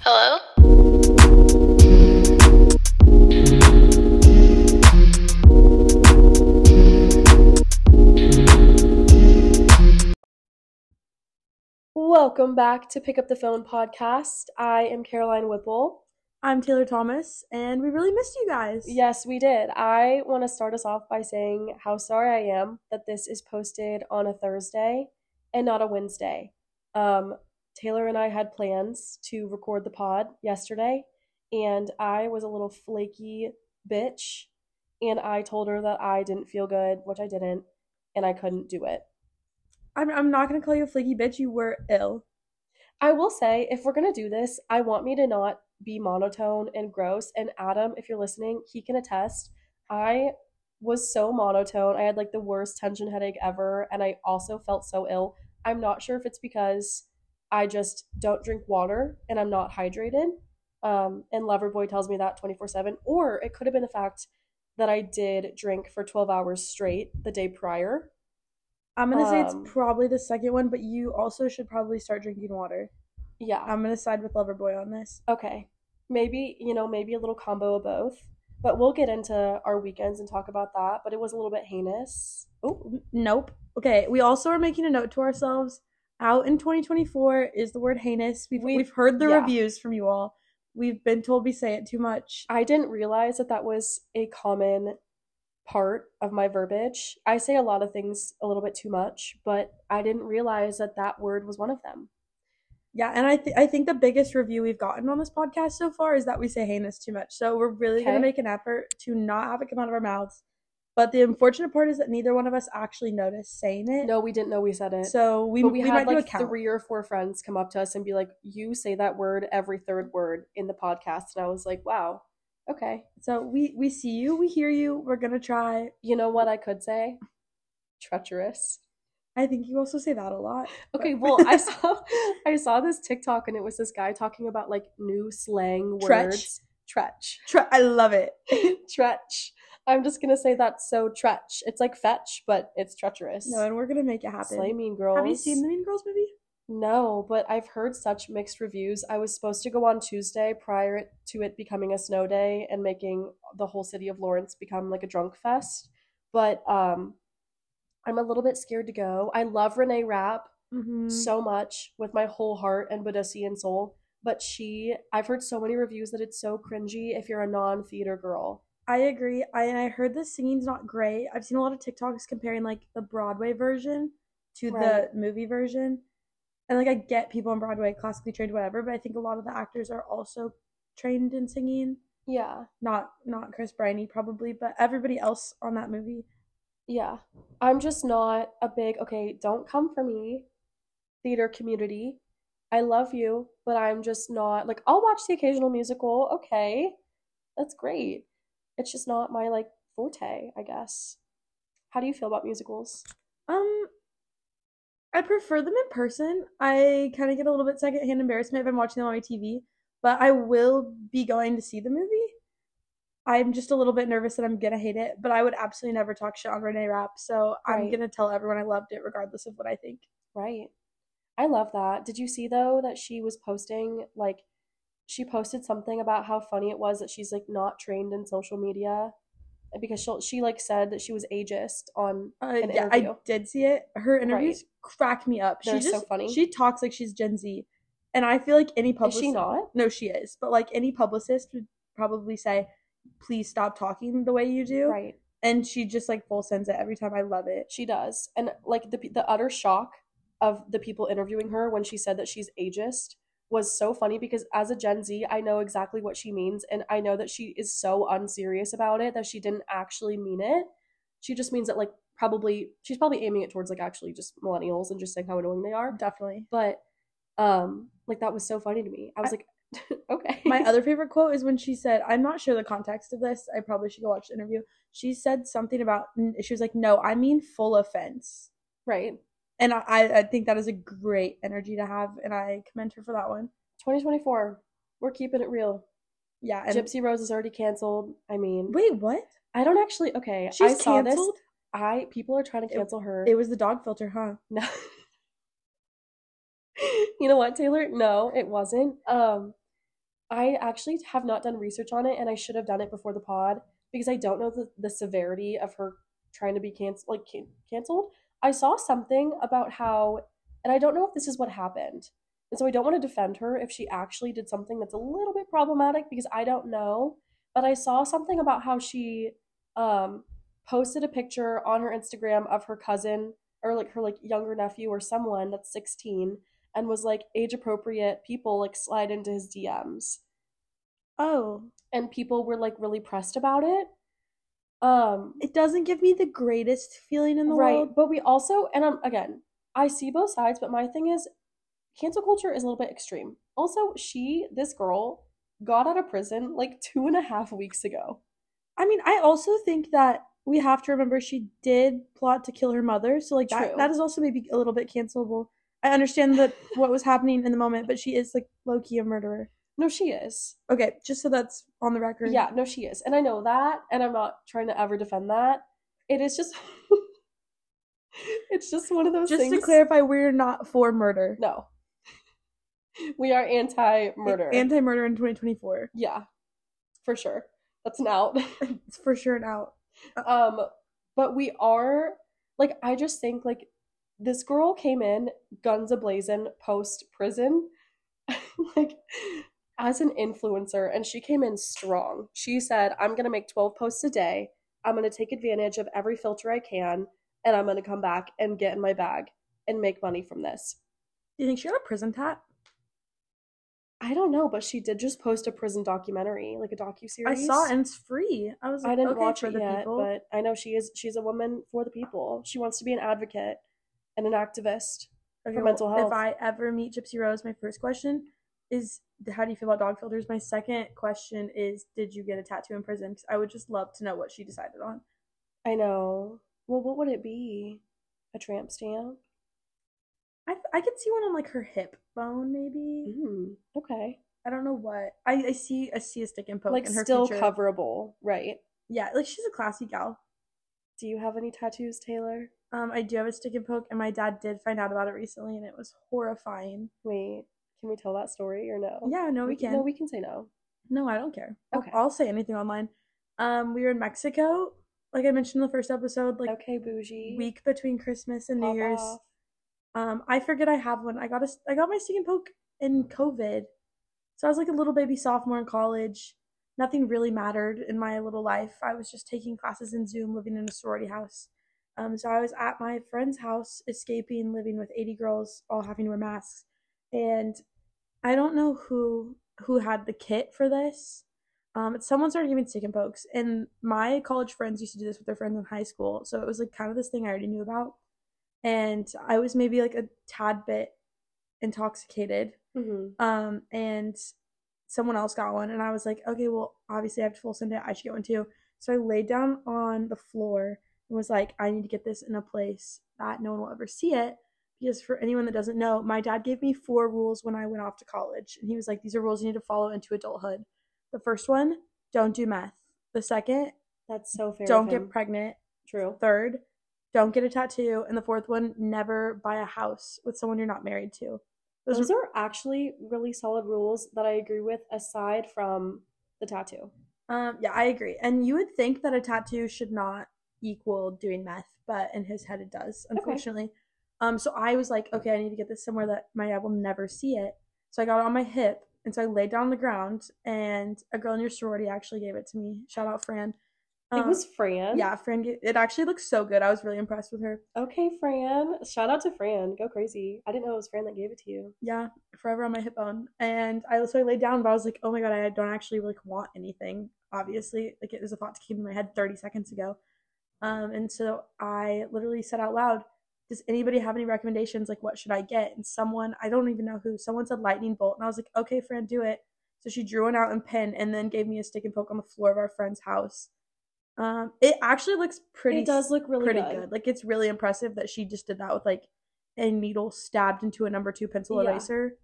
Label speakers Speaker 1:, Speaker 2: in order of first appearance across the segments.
Speaker 1: Hello?
Speaker 2: Welcome back to Pick Up the Phone podcast. I am Caroline Whipple.
Speaker 3: I'm Taylor Thomas, and we really missed you guys.
Speaker 2: Yes, we did. I want to start us off by saying how sorry I am that this is posted on a Thursday and not a Wednesday. Um, Taylor and I had plans to record the pod yesterday, and I was a little flaky bitch, and I told her that I didn't feel good, which I didn't, and I couldn't do it.
Speaker 3: I'm, I'm not gonna call you a flaky bitch. You were ill.
Speaker 2: I will say, if we're gonna do this, I want me to not be monotone and gross. And Adam, if you're listening, he can attest. I was so monotone. I had like the worst tension headache ever, and I also felt so ill. I'm not sure if it's because I just don't drink water and I'm not hydrated. Um, and Loverboy tells me that 24 7, or it could have been the fact that I did drink for 12 hours straight the day prior.
Speaker 3: I'm gonna say it's
Speaker 2: Um,
Speaker 3: probably the second one, but you also should probably start drinking water.
Speaker 2: Yeah.
Speaker 3: I'm gonna side with Loverboy on this.
Speaker 2: Okay. Maybe, you know, maybe a little combo of both. But we'll get into our weekends and talk about that. But it was a little bit heinous.
Speaker 3: Oh, n- nope. Okay, we also are making a note to ourselves. Out in 2024 is the word heinous. We've,
Speaker 2: We-
Speaker 3: we've heard the
Speaker 2: yeah.
Speaker 3: reviews from you all. We've been told we say it too much.
Speaker 2: I didn't realize that that was a common part of my verbiage. I say a lot of things a little bit too much, but I didn't realize that that word was one of them.
Speaker 3: Yeah, and I th- I think the biggest review we've gotten on this podcast so far is that we say heinous too much. So we're really gonna
Speaker 2: Okay.
Speaker 3: make an effort to not have it come out of our mouths. But the unfortunate part is that neither one of us actually noticed saying it.
Speaker 2: No, we didn't know we said it.
Speaker 3: So we
Speaker 2: but we,
Speaker 3: we
Speaker 2: had
Speaker 3: might do a
Speaker 2: like
Speaker 3: count.
Speaker 2: three or four friends come up to us and be like, "You say that word every third word in the podcast," and I was like, "Wow, okay."
Speaker 3: So we we see you, we hear you. We're gonna try.
Speaker 2: You know what I could say? Treacherous.
Speaker 3: I think you also say that a lot.
Speaker 2: Okay, well, I saw I saw this TikTok and it was this guy talking about like new slang
Speaker 3: Tretch?
Speaker 2: words. Tretch.
Speaker 3: Try, I love it.
Speaker 2: tretch. I'm just gonna say that's so tretch. It's like fetch, but it's treacherous.
Speaker 3: No, and we're gonna make it happen.
Speaker 2: Slay Mean Girls.
Speaker 3: Have you seen the Mean Girls movie?
Speaker 2: No, but I've heard such mixed reviews. I was supposed to go on Tuesday prior it- to it becoming a snow day and making the whole city of Lawrence become like a drunk fest, but um, I'm a little bit scared to go. I love Renee Rapp
Speaker 3: Mm-hmm.
Speaker 2: so much with my whole heart and Bodusi and soul, but she, I've heard so many reviews that it's so cringy if you're a non-theater girl.
Speaker 3: I agree. I and I heard the singing's not great. I've seen a lot of TikToks comparing like the Broadway version to
Speaker 2: Right.
Speaker 3: the movie version. And like I get people on Broadway classically trained whatever, but I think a lot of the actors are also trained in singing.
Speaker 2: Yeah.
Speaker 3: Not not Chris Briney probably, but everybody else on that movie.
Speaker 2: Yeah. I'm just not a big, okay, don't come for me, theater community. I love you, but I'm just not like I'll watch the occasional musical. Okay. That's great. It's just not my like forte, I guess. How do you feel about musicals?
Speaker 3: Um I prefer them in person. I kind of get a little bit secondhand embarrassment if I'm watching them on my TV, but I will be going to see the movie. I'm just a little bit nervous that I'm gonna hate it, but I would absolutely never talk shit on Renee Rapp, so I'm
Speaker 2: Right.
Speaker 3: gonna tell everyone I loved it regardless of what I think.
Speaker 2: Right. I love that. Did you see though that she was posting like she posted something about how funny it was that she's like not trained in social media because she will she like said that she was ageist on
Speaker 3: Uh,
Speaker 2: An
Speaker 3: yeah, I
Speaker 2: interview.
Speaker 3: did see it. Her interviews crack me up.
Speaker 2: They're
Speaker 3: she
Speaker 2: so
Speaker 3: just
Speaker 2: funny.
Speaker 3: she talks like she's Gen Z, and I feel like any
Speaker 2: Is
Speaker 3: publicist
Speaker 2: she not?
Speaker 3: no, she is, but like any publicist would probably say, "Please stop talking the way you do."
Speaker 2: Right.
Speaker 3: and she just like full sends it every time. I love it.
Speaker 2: She does. And like the the utter shock of the people interviewing her when she said that she's ageist was so funny because as a Gen Z, I know exactly what she means and I know that she is so unserious about it that she didn't actually mean it. She just means that like probably she's probably aiming it towards like actually just millennials and just saying how annoying they are.
Speaker 3: Definitely.
Speaker 2: But um like that was so funny to me. I was
Speaker 3: I-
Speaker 2: like okay.
Speaker 3: My other favorite quote is when she said, "I'm not sure the context of this. I probably should go watch the interview." She said something about n- she was like, "No, I mean full offense,"
Speaker 2: right.
Speaker 3: and I- I I think that is a great energy to have, and I commend her for that one.
Speaker 2: 2024. We're keeping it real.
Speaker 3: Yeah. And
Speaker 2: Gypsy Rose is already canceled. I mean,
Speaker 3: Wait, what?
Speaker 2: I don't actually okay,
Speaker 3: She's
Speaker 2: I saw this
Speaker 3: canceled.
Speaker 2: I people are trying to
Speaker 3: It-
Speaker 2: cancel her.
Speaker 3: It was the dog filter, huh?
Speaker 2: no. you know what, Taylor? No, it wasn't. Um, I actually have not done research on it, and I should have done it before the pod because I don't know the, the severity of her trying to be canceled. Like can- canceled, I saw something about how, and I don't know if this is what happened, and so I don't want to defend her if she actually did something that's a little bit problematic because I don't know. But I saw something about how she um, posted a picture on her Instagram of her cousin or like her like younger nephew or someone that's 16 and was like age appropriate people like slide into his DMs
Speaker 3: Oh,
Speaker 2: and people were like really pressed about it. Um
Speaker 3: it doesn't give me the greatest feeling in the
Speaker 2: right,
Speaker 3: world.
Speaker 2: but we also and um again, I see both sides, but my thing is cancel culture is a little bit extreme. Also, she this girl got out of prison like two and a half weeks ago.
Speaker 3: I mean, I also think that we have to remember she did plot to kill her mother, so like
Speaker 2: True.
Speaker 3: that, that is also maybe a little bit cancelable. I understand that what was happening in the moment, but she is like low key a murderer.
Speaker 2: No, she is.
Speaker 3: Okay, just so that's on the record.
Speaker 2: Yeah, no, she is. And I know that, and I'm not trying to ever defend that. It is just it's just one of those
Speaker 3: Just
Speaker 2: things.
Speaker 3: to clarify, we're not for murder.
Speaker 2: no. we are anti murder.
Speaker 3: Anti murder in 2024.
Speaker 2: yeah. For sure. That's an out.
Speaker 3: It's for sure an out.
Speaker 2: um, but we are like I just think like this girl came in guns ablazing post prison, like as an influencer, and she came in strong. She said, "I'm gonna make 12 posts a day. I'm gonna take advantage of every filter I can, and I'm gonna come back and get in my bag and make money from this."
Speaker 3: Do you think she got a prison tat?
Speaker 2: I don't know, but she did just post a prison documentary, like a docu
Speaker 3: I
Speaker 2: series.
Speaker 3: saw it and it's free. I was like,
Speaker 2: I didn't
Speaker 3: okay,
Speaker 2: watch
Speaker 3: for
Speaker 2: it
Speaker 3: the
Speaker 2: yet,
Speaker 3: people.
Speaker 2: but I know she is. She's a woman for the people. She wants to be an advocate and an activist.
Speaker 3: Okay,
Speaker 2: for
Speaker 3: well,
Speaker 2: mental
Speaker 3: If
Speaker 2: health.
Speaker 3: I ever meet Gypsy Rose, my first question is, how do you feel about dog filters? My second question is, did you get a tattoo in prison? 'Cause I would just love to know what she decided on.
Speaker 2: I know. Well, what would it be? A tramp stamp?
Speaker 3: I, I could see one on like her hip bone, maybe.
Speaker 2: Mm, okay.
Speaker 3: I don't know what. I, I see I see a stick and poke
Speaker 2: like
Speaker 3: in her
Speaker 2: still
Speaker 3: future.
Speaker 2: coverable, right?
Speaker 3: Yeah, like she's a classy gal.
Speaker 2: Do you have any tattoos, Taylor?
Speaker 3: Um, I do have a stick and poke, and my dad did find out about it recently, and it was horrifying.
Speaker 2: Wait, can we tell that story or no?
Speaker 3: Yeah, no, we
Speaker 2: No,
Speaker 3: can. Oh,
Speaker 2: we can say no.
Speaker 3: No, I don't care. I'll-
Speaker 2: Okay.
Speaker 3: I'll say anything online. Um, we were in Mexico, like I mentioned in the first episode, like
Speaker 2: okay, bougie.
Speaker 3: week between Christmas and New
Speaker 2: Pop
Speaker 3: Year's.
Speaker 2: off.
Speaker 3: Um, I forget I have one. I got a, s- I got my stick and poke in COVID, so I was like a little baby sophomore in college. Nothing really mattered in my little life. I was just taking classes in Zoom, living in a sorority house. Um, so I was at my friend's house, escaping, living with 80 girls, all having to wear masks. And I don't know who who had the kit for this. Um, but someone started giving stick and pokes, and my college friends used to do this with their friends in high school. So it was like kind of this thing I already knew about and I was maybe like a tad bit intoxicated.
Speaker 2: Mhm.
Speaker 3: Um, and someone else got one, and I was like, okay, well, obviously I have to full send it. I should get one too. So I laid down on the floor and was like, I need to get this in a place that no one will ever see it. Because for anyone that doesn't know, my dad gave me four rules when I went off to college, and he was like, these are rules you need to follow into adulthood. The first one, don't do meth. The second,
Speaker 2: That's so fair. of
Speaker 3: don't get
Speaker 2: him.
Speaker 3: pregnant.
Speaker 2: True.
Speaker 3: Third, don't get a tattoo. And the fourth one, never buy a house with someone you're not married to. Those
Speaker 2: Those
Speaker 3: are-
Speaker 2: are actually really solid rules that I agree with, aside from the tattoo.
Speaker 3: um, yeah, I agree. And you would think that a tattoo should not equal doing meth, but in his head it does, unfortunately. Um, so I was like, okay, I need to get this somewhere that my dad will never see it. So I got it on my hip, and so I laid down on the ground, and a girl in your sorority actually gave it to me. Shout out Fran.
Speaker 2: it was Fran.
Speaker 3: Um, yeah, Fran. Gave- it actually looks so good. I was really impressed with her.
Speaker 2: Okay, Fran. Shout out to Fran. Go crazy. I didn't know it was Fran that gave it to you.
Speaker 3: Yeah, forever on my hip bone. And I so I laid down, but I was like, oh my god, I don't actually like want anything. Obviously, like it was a thought that came to my head 30 seconds ago. Um, and so I literally said out loud, "Does anybody have any recommendations? Like, what should I get?" And someone, I don't even know who, someone said lightning bolt, and I was like, "Okay, Fran, do it." So she drew one out in pen, and then gave me a stick and poke on the floor of our friend's house. Um, it actually looks pretty.
Speaker 2: it does look really
Speaker 3: pretty
Speaker 2: good.
Speaker 3: good. Like it's really impressive that she just did that with like a needle stabbed into a number two pencil
Speaker 2: Yeah.
Speaker 3: eraser.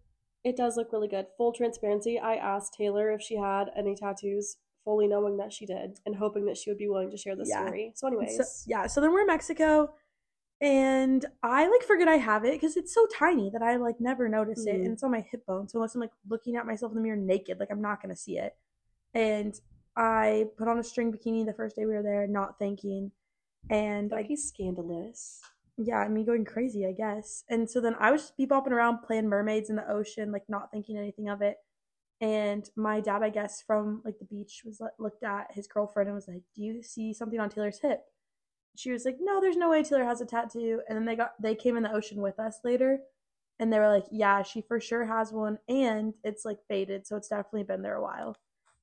Speaker 2: It does look really good. Full transparency, I asked Taylor if she had any tattoos, fully knowing that she did and hoping that she would be willing to share this
Speaker 3: Yeah.
Speaker 2: story. So,
Speaker 3: So-
Speaker 2: anyways,
Speaker 3: yeah, so then we're in Mexico. and I like forget I have it because it's so tiny that I like never notice it,
Speaker 2: Mhm.
Speaker 3: and it's on my hip bone. So unless I'm like looking at myself in the mirror naked, like I'm not gonna see it. And I put on a string bikini the first day we were there, not thinking, and I
Speaker 2: Like he's scandalous.
Speaker 3: yeah, I mean, going crazy, I guess. And so then I was just bebopping around playing mermaids in the ocean, like not thinking anything of it. And my dad, I guess, from like the beach was like, looked at his girlfriend and was like, "Do you see something on Taylor's hip?" She was like, "No, there's no way Taylor has a tattoo." And then they got they came in the ocean with us later, and they were like, "Yeah, she for sure has one, and it's like faded, so it's definitely been there a while."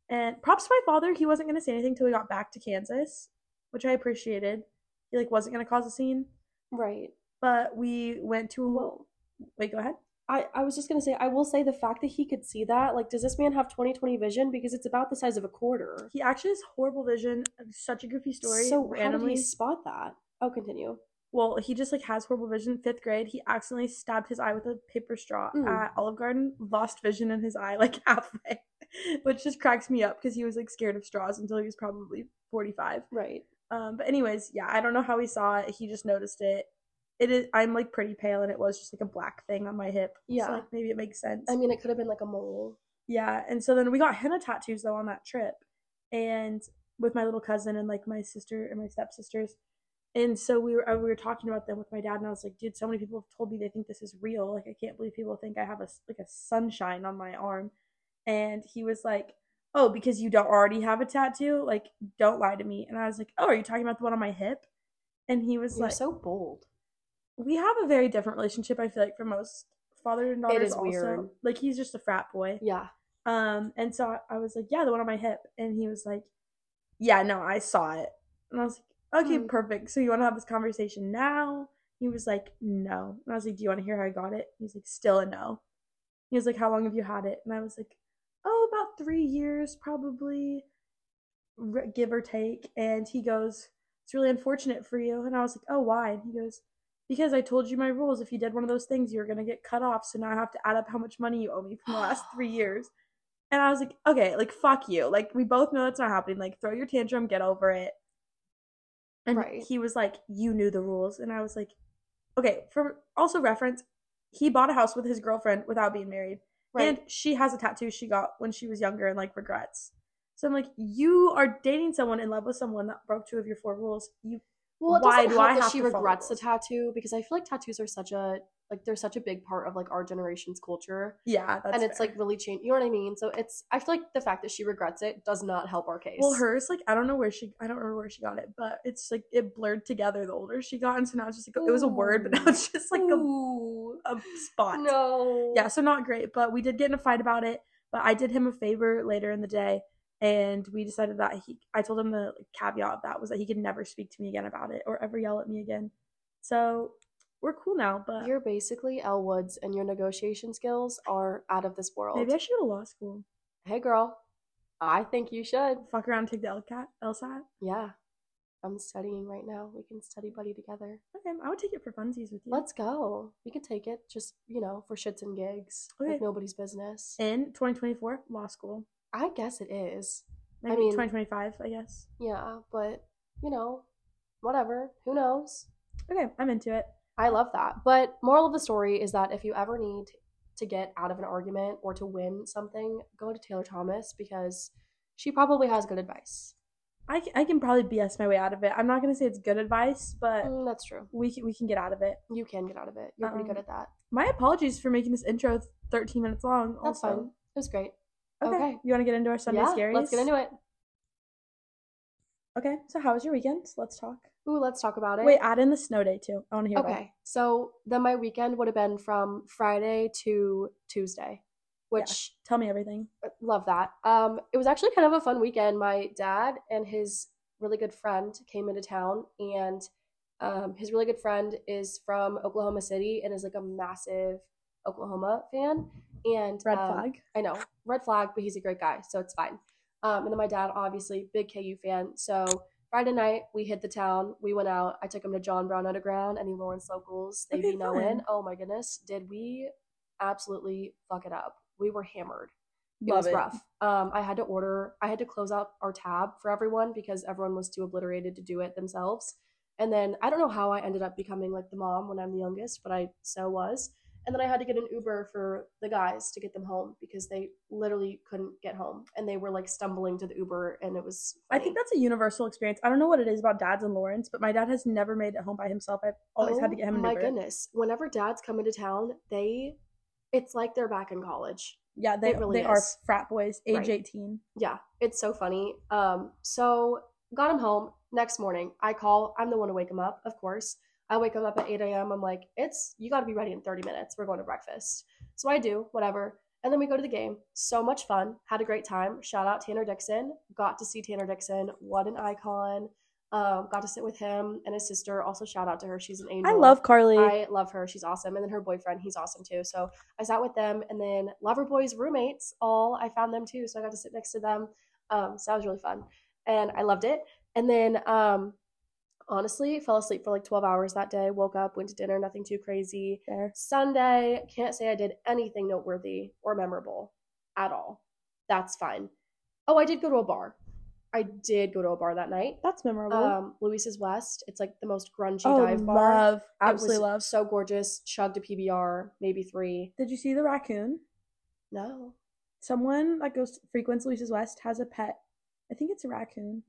Speaker 3: And props to my father, he wasn't gonna say anything till we got back to Kansas, which I appreciated. He like wasn't gonna cause a scene
Speaker 2: Right.
Speaker 3: but we went to
Speaker 2: Well,
Speaker 3: wait go ahead
Speaker 2: I, I was just gonna say, I will say the fact that he could see that, like, does this man have 20/20 vision? Because it's about the size of a quarter.
Speaker 3: he actually has horrible vision such a goofy story
Speaker 2: so how did
Speaker 3: randomly
Speaker 2: he spot that? Oh, continue.
Speaker 3: well he just like has horrible vision fifth grade he accidentally stabbed his eye with a paper straw
Speaker 2: Mm.
Speaker 3: at olive garden lost vision in his eye like halfway which just cracks me up because he was like scared of straws until he was probably 45
Speaker 2: Right.
Speaker 3: um but anyways yeah i don't know how he saw it he just noticed it it is i'm like pretty pale and it was just like a black thing on my hip
Speaker 2: Yeah.
Speaker 3: so, like maybe it makes sense
Speaker 2: I mean, it could have been like a mole.
Speaker 3: Yeah, and so then we got henna tattoos though on that trip, and with my little cousin and like my sister and my stepsisters, and so we were uh, we were talking about them with my dad, and I was like, dude, so many people have told me they think this is real. Like, I can't believe people think I have a s- like a sunshine on my arm, and he was like, oh, because you don't already have a tattoo, like don't lie to me. And I was like, oh, are you talking about the one on my hip? And he was
Speaker 2: You're
Speaker 3: like,
Speaker 2: so bold.
Speaker 3: we have a very different relationship. I feel like for most father and daughters,
Speaker 2: is
Speaker 3: also
Speaker 2: weird.
Speaker 3: like he's just a frat boy.
Speaker 2: Yeah.
Speaker 3: Um, and so I- I was like, yeah, the one on my hip. And he was like, yeah, no, I saw it. And I was like, okay,
Speaker 2: Hmm.
Speaker 3: perfect. So you want to have this conversation now? He was like, no. And I was like, do you want to hear how I got it? He's like, still a no. He was like, how long have you had it? And I was like, oh, about three years, probably, r- give or take. And he goes, it's really unfortunate for you. And I was like, oh, why? And he goes, because I told you my rules. If you did one of those things, you were going to get cut off. So now I have to add up how much money you owe me from the last three years. And I was like, okay, like, fuck you. Like, we both know that's not happening. Like, throw your tantrum, get over it. And
Speaker 2: Right.
Speaker 3: he was like, you knew the rules. And I was like, okay, for also reference, he bought a house with his girlfriend without being married.
Speaker 2: Right.
Speaker 3: And she has a tattoo she got when she was younger and like regrets. So I'm like, you are dating someone in love with someone that broke two of your four rules. You
Speaker 2: well, it
Speaker 3: why
Speaker 2: doesn't
Speaker 3: do
Speaker 2: help
Speaker 3: I
Speaker 2: that
Speaker 3: have
Speaker 2: she
Speaker 3: to follow
Speaker 2: regrets the
Speaker 3: those?
Speaker 2: tattoo because I feel like tattoos are such a like they're such a big part of like our generation's culture,
Speaker 3: yeah, that's
Speaker 2: and it's
Speaker 3: fair.
Speaker 2: like really changed. You know what I mean? So it's I feel like the fact that she regrets it does not help our case.
Speaker 3: well, hers like I don't know where she I don't remember where she got it, but it's like it blurred together the older she got, and so now it's just like it was a word, but now
Speaker 2: Ooh.
Speaker 3: it's just like a,
Speaker 2: Ooh,
Speaker 3: a spot.
Speaker 2: no.
Speaker 3: yeah, so not great, but we did get in a fight about it. But I did him a favor later in the day, and we decided that he. I told him the caveat of that was that he could never speak to me again about it or ever yell at me again. So we're cool now, but
Speaker 2: You're basically Elle Woods, and your negotiation skills are out of this world.
Speaker 3: maybe I should go to law school.
Speaker 2: hey, girl, I think you should.
Speaker 3: Fuck around, and take the LCAT, LSAT.
Speaker 2: Yeah, I'm studying right now. We can study buddy together.
Speaker 3: Okay, I would take it for funsies with you.
Speaker 2: Let's go. We could take it just, you know, for shits and gigs.
Speaker 3: Okay.
Speaker 2: Like nobody's business.
Speaker 3: in 2024 law school.
Speaker 2: I guess it is.
Speaker 3: Maybe
Speaker 2: mean-
Speaker 3: 2025, I guess.
Speaker 2: Yeah, but, you know, whatever. Who knows?
Speaker 3: Okay, I'm into it.
Speaker 2: I love that. But moral of the story is that if you ever need to get out of an argument or to win something, go to Taylor Thomas because she probably has good advice.
Speaker 3: I, c- I can probably BS my way out of it. I'm not gonna say it's good advice, but
Speaker 2: Mm, that's true.
Speaker 3: we can, we can get out of it.
Speaker 2: You can get out of it. You're pretty
Speaker 3: Um,
Speaker 2: good at that.
Speaker 3: My apologies for making this intro 13 minutes long.
Speaker 2: That's
Speaker 3: also.
Speaker 2: fine. It was great.
Speaker 3: Okay.
Speaker 2: Okay.
Speaker 3: You want to get into our Sunday
Speaker 2: yeah,
Speaker 3: scaries?
Speaker 2: let's get into it.
Speaker 3: Okay. So how was your weekend? Let's talk.
Speaker 2: Ooh, let's talk about it.
Speaker 3: Wait, add in the snow day too. I want to hear about it.
Speaker 2: Okay. So then my weekend would have been from Friday to Tuesday, which uh,
Speaker 3: Tell me everything.
Speaker 2: love that. Um, it was actually kind of a fun weekend. My dad and his really good friend came into town, and um, his really good friend is from Oklahoma City and is like a massive Oklahoma fan. And
Speaker 3: Red
Speaker 2: um,
Speaker 3: flag.
Speaker 2: I know, red flag, but he's a great guy, so it's fine. Um, and then my dad, obviously, big KU fan. So Friday night, we hit the town. We went out. I took him to John Brown Underground and the Lawrence Locals. They
Speaker 3: Okay,
Speaker 2: be knowing.
Speaker 3: fun.
Speaker 2: Oh my goodness, did we absolutely fuck it up? We were hammered. It
Speaker 3: Love
Speaker 2: was rough. Um, I had to order. I had to close out our tab for everyone because everyone was too obliterated to do it themselves. And then I don't know how I ended up becoming like the mom when I'm the youngest, but I so was. And then I had to get an Uber for the guys to get them home because they literally couldn't get home and they were like stumbling to the Uber and it was
Speaker 3: I think
Speaker 2: funny.
Speaker 3: that's a universal experience. I don't know what it is about dads and Lawrence, but my dad has never made it home by himself. I've always had to get him an
Speaker 2: Oh my
Speaker 3: Uber.
Speaker 2: goodness. Whenever dads come into town, they it's like they're back in college.
Speaker 3: Yeah, they
Speaker 2: It really
Speaker 3: they are
Speaker 2: is.
Speaker 3: frat boys, age
Speaker 2: Right.
Speaker 3: eighteen.
Speaker 2: yeah, it's so funny. Um, so got him home next morning. I call. I'm the one to wake him up, of course. I wake him up at 8 a.m. I'm like, it's you got to be ready in 30 minutes. We're going to breakfast. So I do, whatever. And then we go to the game. So much fun. Had a great time. Shout out Tanner Dixon. Got to see Tanner Dixon. What an icon. Um, got to sit with him and his sister. Also, shout out to her. She's an angel.
Speaker 3: I love Carly.
Speaker 2: I love her. She's awesome. And then her boyfriend, he's awesome too. So I sat with them and then Loverboy's roommates, all I found them too. So I got to sit next to them. Um, so that was really fun. And I loved it. And then um, honestly, fell asleep for like 12 hours that day. Woke up, went to dinner, nothing too crazy.
Speaker 3: Fair.
Speaker 2: Sunday, can't say I did anything noteworthy or memorable at all. That's fine. Oh, I did go to a bar. I did go to a bar that night.
Speaker 3: That's memorable.
Speaker 2: Um, Luis's West. It's like the most grungy
Speaker 3: oh,
Speaker 2: dive bar.
Speaker 3: love,
Speaker 2: It
Speaker 3: absolutely
Speaker 2: was
Speaker 3: love.
Speaker 2: So gorgeous. Chugged a PBR, maybe three.
Speaker 3: Did you see the raccoon?
Speaker 2: No.
Speaker 3: Someone that goes frequents Luisa's West has a pet. I think it's a raccoon.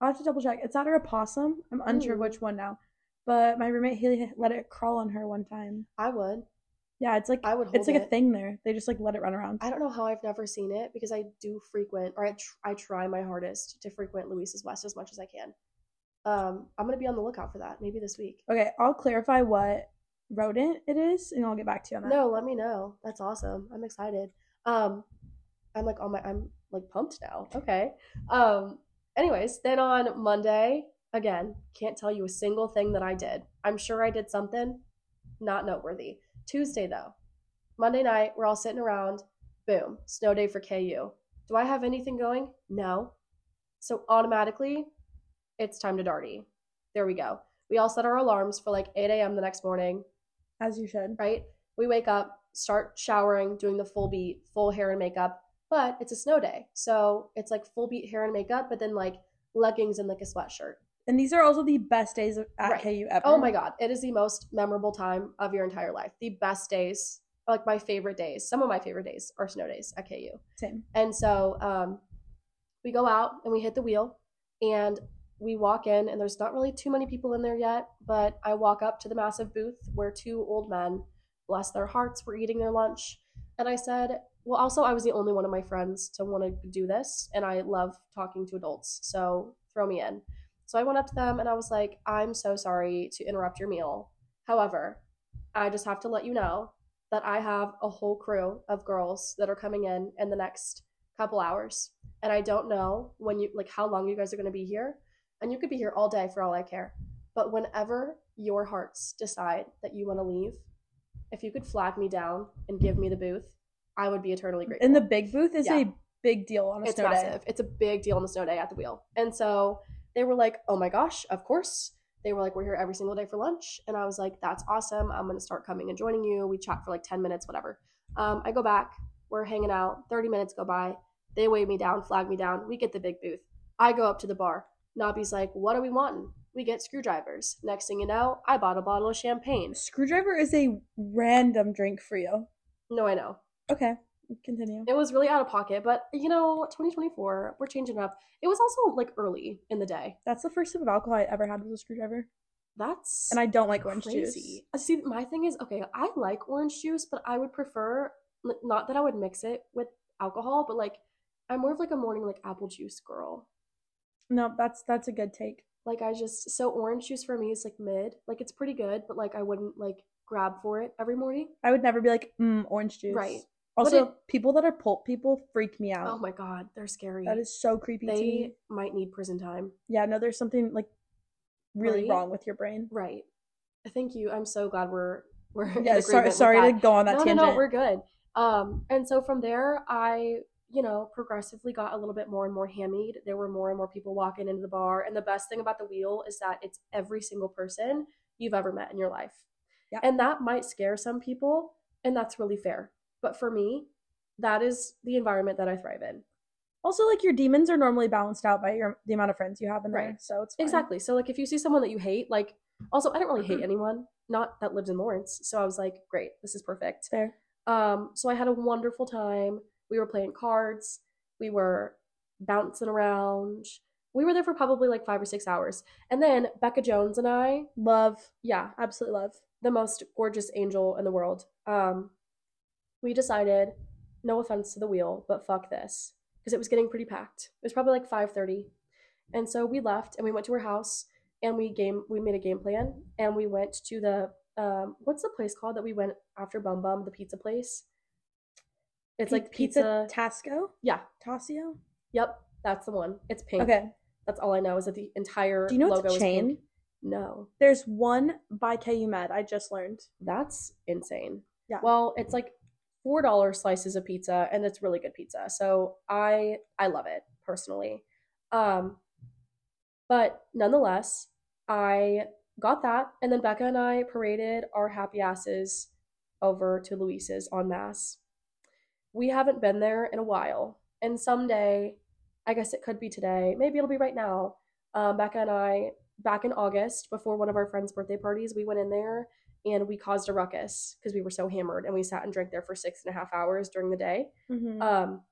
Speaker 3: I'll have to double check. It's either a possum. I'm unsure
Speaker 2: Ooh.
Speaker 3: which one now. But my roommate Haley let it crawl on her one time.
Speaker 2: I would.
Speaker 3: Yeah, it's like
Speaker 2: I would hold
Speaker 3: it's like
Speaker 2: it.
Speaker 3: a thing there. They just like let it run around.
Speaker 2: I don't know how I've never seen it because I do frequent, or I, tr- I try my hardest to frequent Luis's West as much as I can. Um, I'm gonna be on the lookout for that maybe this week.
Speaker 3: Okay, I'll clarify what rodent it is, and I'll get back to you on that.
Speaker 2: No, let me know. That's awesome. I'm excited. Um, I'm like on my, I'm like pumped now. Okay. Um, anyways, then on Monday again, can't tell you a single thing that I did. I'm sure I did something, not noteworthy. Tuesday though, Monday night, we're all sitting around. Boom, snow day for KU. Do I have anything going? No. So automatically, it's time to darty. There we go. We all set our alarms for like 8 a.m. the next morning
Speaker 3: As you should.
Speaker 2: right? We wake up, start showering, doing the full beat, full hair and makeup, but it's a snow day. So it's like full beat hair and makeup, but then like leggings and like a sweatshirt.
Speaker 3: And these are also the best days of- at
Speaker 2: Right.
Speaker 3: KU ever.
Speaker 2: Oh my God. It is the most memorable time of your entire life. The best days, like my favorite days, some of my favorite days are snow days at KU.
Speaker 3: Same.
Speaker 2: And so um, we go out and we hit the wheel and we walk in, and there's not really too many people in there yet, but I walk up to the massive booth where two old men, bless their hearts, were eating their lunch. And I said, Well, also, I was the only one of my friends to want to do this, and I love talking to adults, so throw me in. So I went up to them and I was like, I'm so sorry to interrupt your meal. However, I just have to let you know that I have a whole crew of girls that are coming in in the next couple hours. And I don't know when you like how long you guys are going to be here. And you could be here all day for all I care. But whenever your hearts decide that you want to leave, if you could flag me down and give me the booth, I would be eternally grateful
Speaker 3: And the big booth is
Speaker 2: Yeah.
Speaker 3: a big deal on a
Speaker 2: it's
Speaker 3: snow
Speaker 2: massive.
Speaker 3: day.
Speaker 2: It's a big deal on the snow day at the wheel. And so they were like, "Oh my gosh, of course." They were like, "We're here every single day for lunch," and I was like, "That's awesome. I'm gonna start coming and joining you." We chat for like ten minutes, whatever. Um, I go back. We're hanging out. Thirty minutes go by. They wave me down, flag me down. We get the big booth. I go up to the bar. Nobby's like, "What are we wanting?" We get screwdrivers. Next thing you know, I bought a bottle of champagne.
Speaker 3: Screwdriver is a random drink for you.
Speaker 2: No, I know.
Speaker 3: Okay, continue.
Speaker 2: It was really out of pocket, but you know, 2024, we're changing it up. It was also like early in the day.
Speaker 3: That's the first sip of alcohol I ever had was a screwdriver,
Speaker 2: That's
Speaker 3: and I don't like orange juice.
Speaker 2: Uh, See, my thing is okay. I like orange juice, but I would prefer n- not that I would mix it with alcohol, but like I'm more of like a morning like apple juice girl.
Speaker 3: No, that's that's a good take.
Speaker 2: Like I just so orange juice for me is like mid. Like it's pretty good, but like I wouldn't like grab for it every morning.
Speaker 3: I would never be like, mm, orange juice.
Speaker 2: Right. But
Speaker 3: Also, people that are pulp people freak me out.
Speaker 2: Oh my god, they're scary.
Speaker 3: that is so creepy to me.
Speaker 2: they might need prison time.
Speaker 3: Yeah, no, there's something like really
Speaker 2: Right?
Speaker 3: wrong with your brain.
Speaker 2: Right. Thank you. I'm so glad we're we're in
Speaker 3: Yeah,
Speaker 2: agreement
Speaker 3: sorry,
Speaker 2: with
Speaker 3: sorry
Speaker 2: that.
Speaker 3: to go on that
Speaker 2: no,
Speaker 3: tangent.
Speaker 2: no, no, we're good. Um, and so from there, I, you know, progressively got a little bit more and more hammied. There were more and more people walking into the bar. And the best thing about the wheel is that it's every single person you've ever met in your life.
Speaker 3: Yeah.
Speaker 2: And that might scare some people, and that's really fair. But for me, that is the environment that I thrive in.
Speaker 3: Also, like your demons are normally balanced out by your the amount of friends you have in there,
Speaker 2: Right.
Speaker 3: so it's fine. Mm-hmm.
Speaker 2: Exactly. So like if you see someone that you hate, like also I don't really hate anyone, not that lives in Lawrence. So I was like, great, this is perfect.
Speaker 3: Fair.
Speaker 2: Um, so I had a wonderful time. We were playing cards, we were bouncing around. We were there for probably like five or six hours. And then Becca Jones and I,
Speaker 3: Love,
Speaker 2: yeah,
Speaker 3: absolutely love.
Speaker 2: the most gorgeous angel in the world. Um, we decided, no offense to the wheel, but fuck this, because it was getting pretty packed. It was probably like five thirty, and so we left and we went to her house and we game we made a game plan and we went to the um, what's the place called that we went after Bum Bum the pizza place. It's
Speaker 3: Pi-
Speaker 2: like pizza.
Speaker 3: Tasco.
Speaker 2: Yeah.
Speaker 3: Tasio.
Speaker 2: Yep, that's the one. It's pink.
Speaker 3: Okay.
Speaker 2: that's all I know is that the entire
Speaker 3: Do you know
Speaker 2: logo
Speaker 3: it's a
Speaker 2: is
Speaker 3: chain?
Speaker 2: pink. No,
Speaker 3: There's one by Calumet. I just learned.
Speaker 2: That's insane.
Speaker 3: Yeah.
Speaker 2: Well, it's like four dollar slices of pizza, and it's really good pizza. So I I love it personally. Um, but nonetheless, I got that, and then Becca and I paraded our happy asses over to Luis's en masse. We haven't been there in a while, and someday, I guess it could be today. Maybe it'll be right now. Um, Becca and I, back in August, before one of our friends' birthday parties, we went in there and we caused a ruckus because we were so hammered and we sat and drank there for six and a half hours during the day.
Speaker 3: Mhm.
Speaker 2: Um,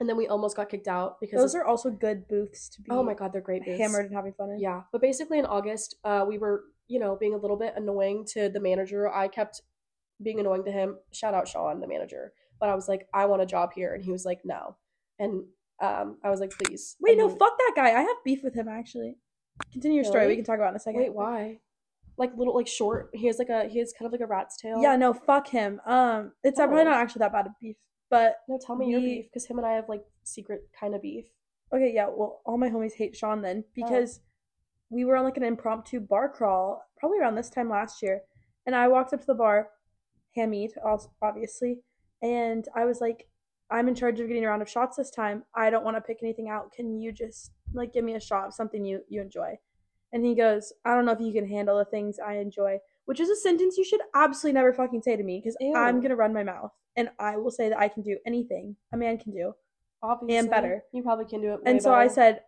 Speaker 2: and then we almost got kicked out because
Speaker 3: Those
Speaker 2: of-
Speaker 3: are also good booths to be.
Speaker 2: oh my god, they're great booths.
Speaker 3: Hammered and having fun. In.
Speaker 2: Yeah, but basically in August, uh, we were you know being a little bit annoying to the manager. I kept being annoying to him. Shout out Sean, the manager. But I was like, I want a job here, and he was like, no. And um, I was like, please.
Speaker 3: Wait,
Speaker 2: And
Speaker 3: no,
Speaker 2: he-
Speaker 3: fuck that guy. I have beef with him actually. Continue your story.
Speaker 2: Really?
Speaker 3: We can talk about it in a second.
Speaker 2: Wait, why? Like little, like short. He has like a he has kind of like a rat's tail.
Speaker 3: Yeah, no, fuck him. Um, it's
Speaker 2: Oh.
Speaker 3: probably not actually that bad of beef, but
Speaker 2: No, tell me your
Speaker 3: We-
Speaker 2: beef because him and I have like secret kind of beef.
Speaker 3: okay, yeah. Well, all my homies hate Sean then because we were on like an impromptu bar crawl probably around this time last year, and I walked up to the bar, Hamid, als- obviously, and I was like, "I'm in charge of getting a round of shots this time. I don't want to pick anything out. Can you just like give me a shot of something you you enjoy?" And he goes, "I don't know if you can handle the things I enjoy." Which is a sentence you should absolutely never fucking say to me because
Speaker 2: Ew.
Speaker 3: I'm gonna run my mouth and I will say that I can do anything a man can do.
Speaker 2: obviously
Speaker 3: better.
Speaker 2: You probably can do it. way
Speaker 3: And so I
Speaker 2: better.
Speaker 3: said,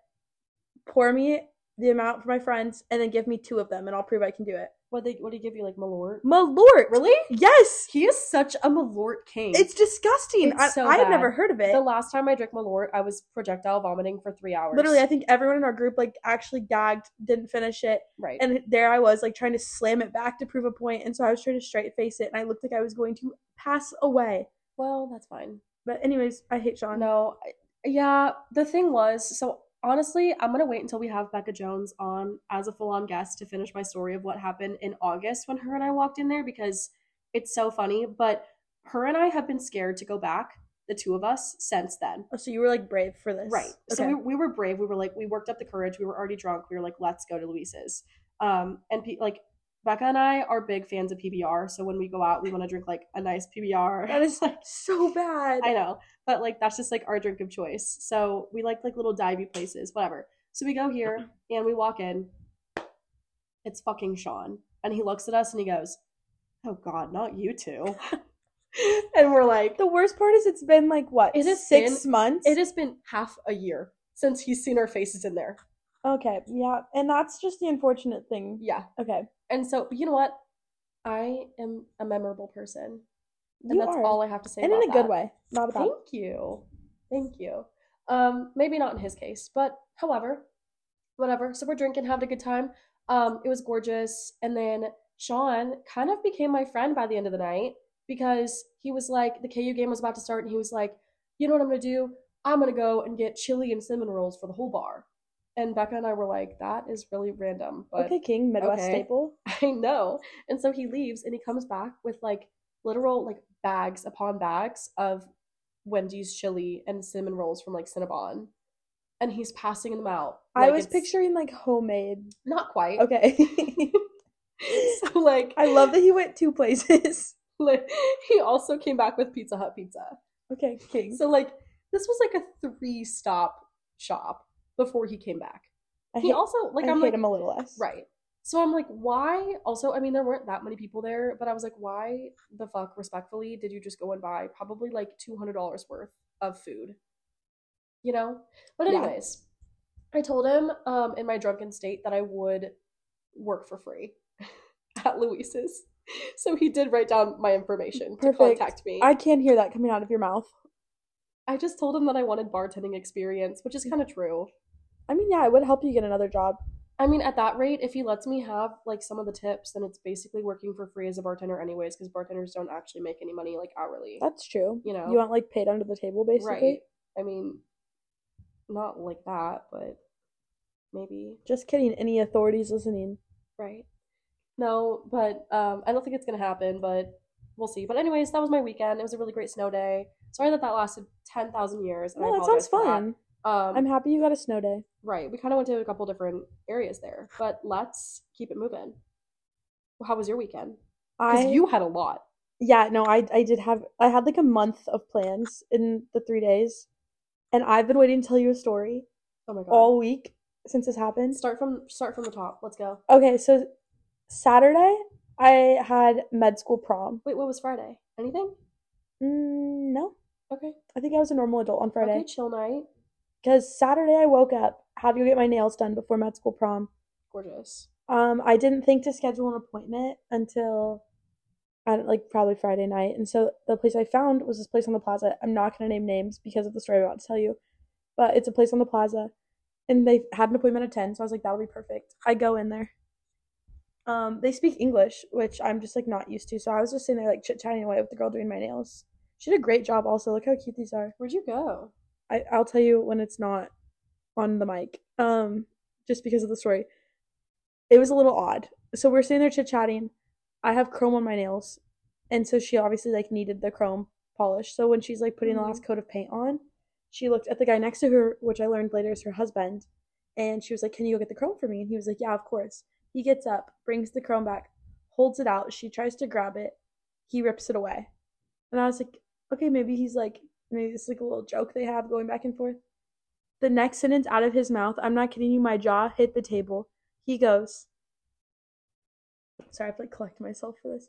Speaker 3: pour me the amount for my friends and then give me two of them and I'll prove I can do it.
Speaker 2: "What they what do you give you like malort?"
Speaker 3: Malort!
Speaker 2: Really?
Speaker 3: Yes!
Speaker 2: He is such a malort king.
Speaker 3: It's disgusting.
Speaker 2: It's
Speaker 3: I,
Speaker 2: so
Speaker 3: I had
Speaker 2: bad.
Speaker 3: never heard of it.
Speaker 2: the last time I drank malort, I was projectile vomiting for three hours.
Speaker 3: Literally, I think everyone in our group like actually gagged, didn't finish it,
Speaker 2: right.
Speaker 3: and there I was like trying to slam it back to prove a point, and so I was trying to straight face it, and I looked like I was going to pass away.
Speaker 2: well, that's fine.
Speaker 3: But anyways, I hate Sean.
Speaker 2: No, I- yeah. The thing was, so honestly, I'm gonna wait until we have Becca Jones on as a full-on guest to finish my story of what happened in August when her and I walked in there because it's so funny. But her and I have been scared to go back, the two of us, since then.
Speaker 3: Oh, so you were like brave for this,
Speaker 2: Right. So
Speaker 3: Okay.
Speaker 2: we, we were brave. We were like, we worked up the courage. We were already drunk. We were like, let's go to Luis's. Um, and pe- like Becca and I are big fans of PBR. So when we go out, we want to drink like a nice PBR.
Speaker 3: that is like so bad.
Speaker 2: I know, but like that's just like our drink of choice. So we like like little divey places, whatever. So we go here and we walk in. It's fucking Sean, and he looks at us and he goes, "Oh God, not you two. and we're like,
Speaker 3: The worst part is it's been like what?
Speaker 2: Is it
Speaker 3: six
Speaker 2: been-
Speaker 3: months?
Speaker 2: "It has been half a year since he's seen our faces in there."
Speaker 3: Okay, yeah, and that's just the unfortunate thing.
Speaker 2: Yeah,
Speaker 3: Okay,
Speaker 2: and so you know what? I am a memorable person, and
Speaker 3: you
Speaker 2: that's
Speaker 3: are,
Speaker 2: all I have to say.
Speaker 3: and in
Speaker 2: about
Speaker 3: a good
Speaker 2: that.
Speaker 3: way, not a bad.
Speaker 2: Thank you. Thank you. Um, maybe not in his case, but however, whatever. So we're drinking, having a good time. Um, it was gorgeous. And then Sean kind of became my friend by the end of the night because he was like, the KU game was about to start, and he was like, you know what I'm gonna do? I'm gonna go and get chili and cinnamon rolls for the whole bar. And Becca and I were like, that is really random, but
Speaker 3: okay, King Midwest
Speaker 2: okay.
Speaker 3: staple.
Speaker 2: I know. And so he leaves and he comes back with like literal like bags upon bags of Wendy's chili and cinnamon rolls from like Cinnabon. And he's passing them out.
Speaker 3: I
Speaker 2: like,
Speaker 3: was
Speaker 2: it's-
Speaker 3: picturing like homemade.
Speaker 2: not quite.
Speaker 3: Okay,
Speaker 2: so like
Speaker 3: I love that he went two places.
Speaker 2: like, he also came back with Pizza Hut pizza.
Speaker 3: Okay, King.
Speaker 2: So like this was like a three stop shop before he came back.
Speaker 3: I
Speaker 2: He
Speaker 3: hate,
Speaker 2: also like
Speaker 3: I
Speaker 2: I'm
Speaker 3: hate
Speaker 2: like
Speaker 3: him a little less.
Speaker 2: Right. So I'm like, why? Also, I mean, there weren't that many people there, but I was like, why the fuck, respectfully, did you just go and buy probably like $200 worth of food? you know? But
Speaker 3: Yeah.
Speaker 2: anyways, I told him um in my drunken state that I would work for free at Luis's. So he did write down my information to
Speaker 3: Perfect.
Speaker 2: contact me.
Speaker 3: I can't hear that coming out of your mouth.
Speaker 2: I just told him that I wanted bartending experience, which
Speaker 3: Mm.
Speaker 2: is kind of true.
Speaker 3: I mean, yeah, it would help you get another job.
Speaker 2: I mean, at that rate, if he lets me have like some of the tips, then it's basically working for free as a bartender, anyways, because bartenders don't actually make any money like hourly.
Speaker 3: That's true.
Speaker 2: You know?
Speaker 3: You want like paid under the table, basically.
Speaker 2: Right. I mean, not like that, but maybe.
Speaker 3: Just kidding. Any authorities listening?
Speaker 2: Right. No, but um, I don't think it's gonna happen, but we'll see. But anyways, that was my weekend. It was a really great snow day. Sorry that that lasted 10,000 years. and I
Speaker 3: No, that sounds
Speaker 2: apologize for
Speaker 3: fun.
Speaker 2: that. Um,
Speaker 3: I'm happy you got a snow day.
Speaker 2: right. We kind of went to a couple different areas there, but let's keep it moving. Well, how was your weekend? Because
Speaker 3: I
Speaker 2: you had a lot.
Speaker 3: yeah no I I did have I had like a month of plans in the three days, and I've been waiting to tell you a story
Speaker 2: Oh my god.
Speaker 3: all week since this happened.
Speaker 2: start from start from the top. Let's go.
Speaker 3: Okay, so Saturday I had med school prom.
Speaker 2: Wait, what was Friday? Anything?
Speaker 3: Mm, no,
Speaker 2: Okay.
Speaker 3: I think I was a normal adult on Friday.
Speaker 2: Okay, chill night.
Speaker 3: Because Saturday I woke up, had to go get my nails done before med school prom.
Speaker 2: Gorgeous.
Speaker 3: Um, I didn't think to schedule an appointment until I don't, like probably Friday night. And so the place I found was this place on the plaza. I'm not gonna name names because of the story I'm about to tell you, but it's a place on the plaza. And they had an appointment at 10, so I was like, that'll be perfect. I go in there. Um, they speak English, which I'm just like not used to. So I was just sitting there like chit-chatting away with the girl doing my nails. She did a great job also. Look how cute these are.
Speaker 2: Where'd you go?
Speaker 3: I, I'll tell you when it's not on the mic. Um, just because of the story. It was a little odd. So we're sitting there chit chatting. I have chrome on my nails. And so she obviously like needed the chrome polish. So when she's like putting
Speaker 2: Mhm.
Speaker 3: the last coat of paint on, she looked at the guy next to her, which I learned later is her husband, and she was like, Can you go get the chrome for me? And he was like, Yeah, of course. He gets up, brings the chrome back, holds it out, she tries to grab it, he rips it away. And I was like, okay, maybe he's like, maybe it's like a little joke they have going back and forth. The next sentence out of his mouth, I'm not kidding you, my jaw hit the table. He goes, sorry, I have to like collect myself for this.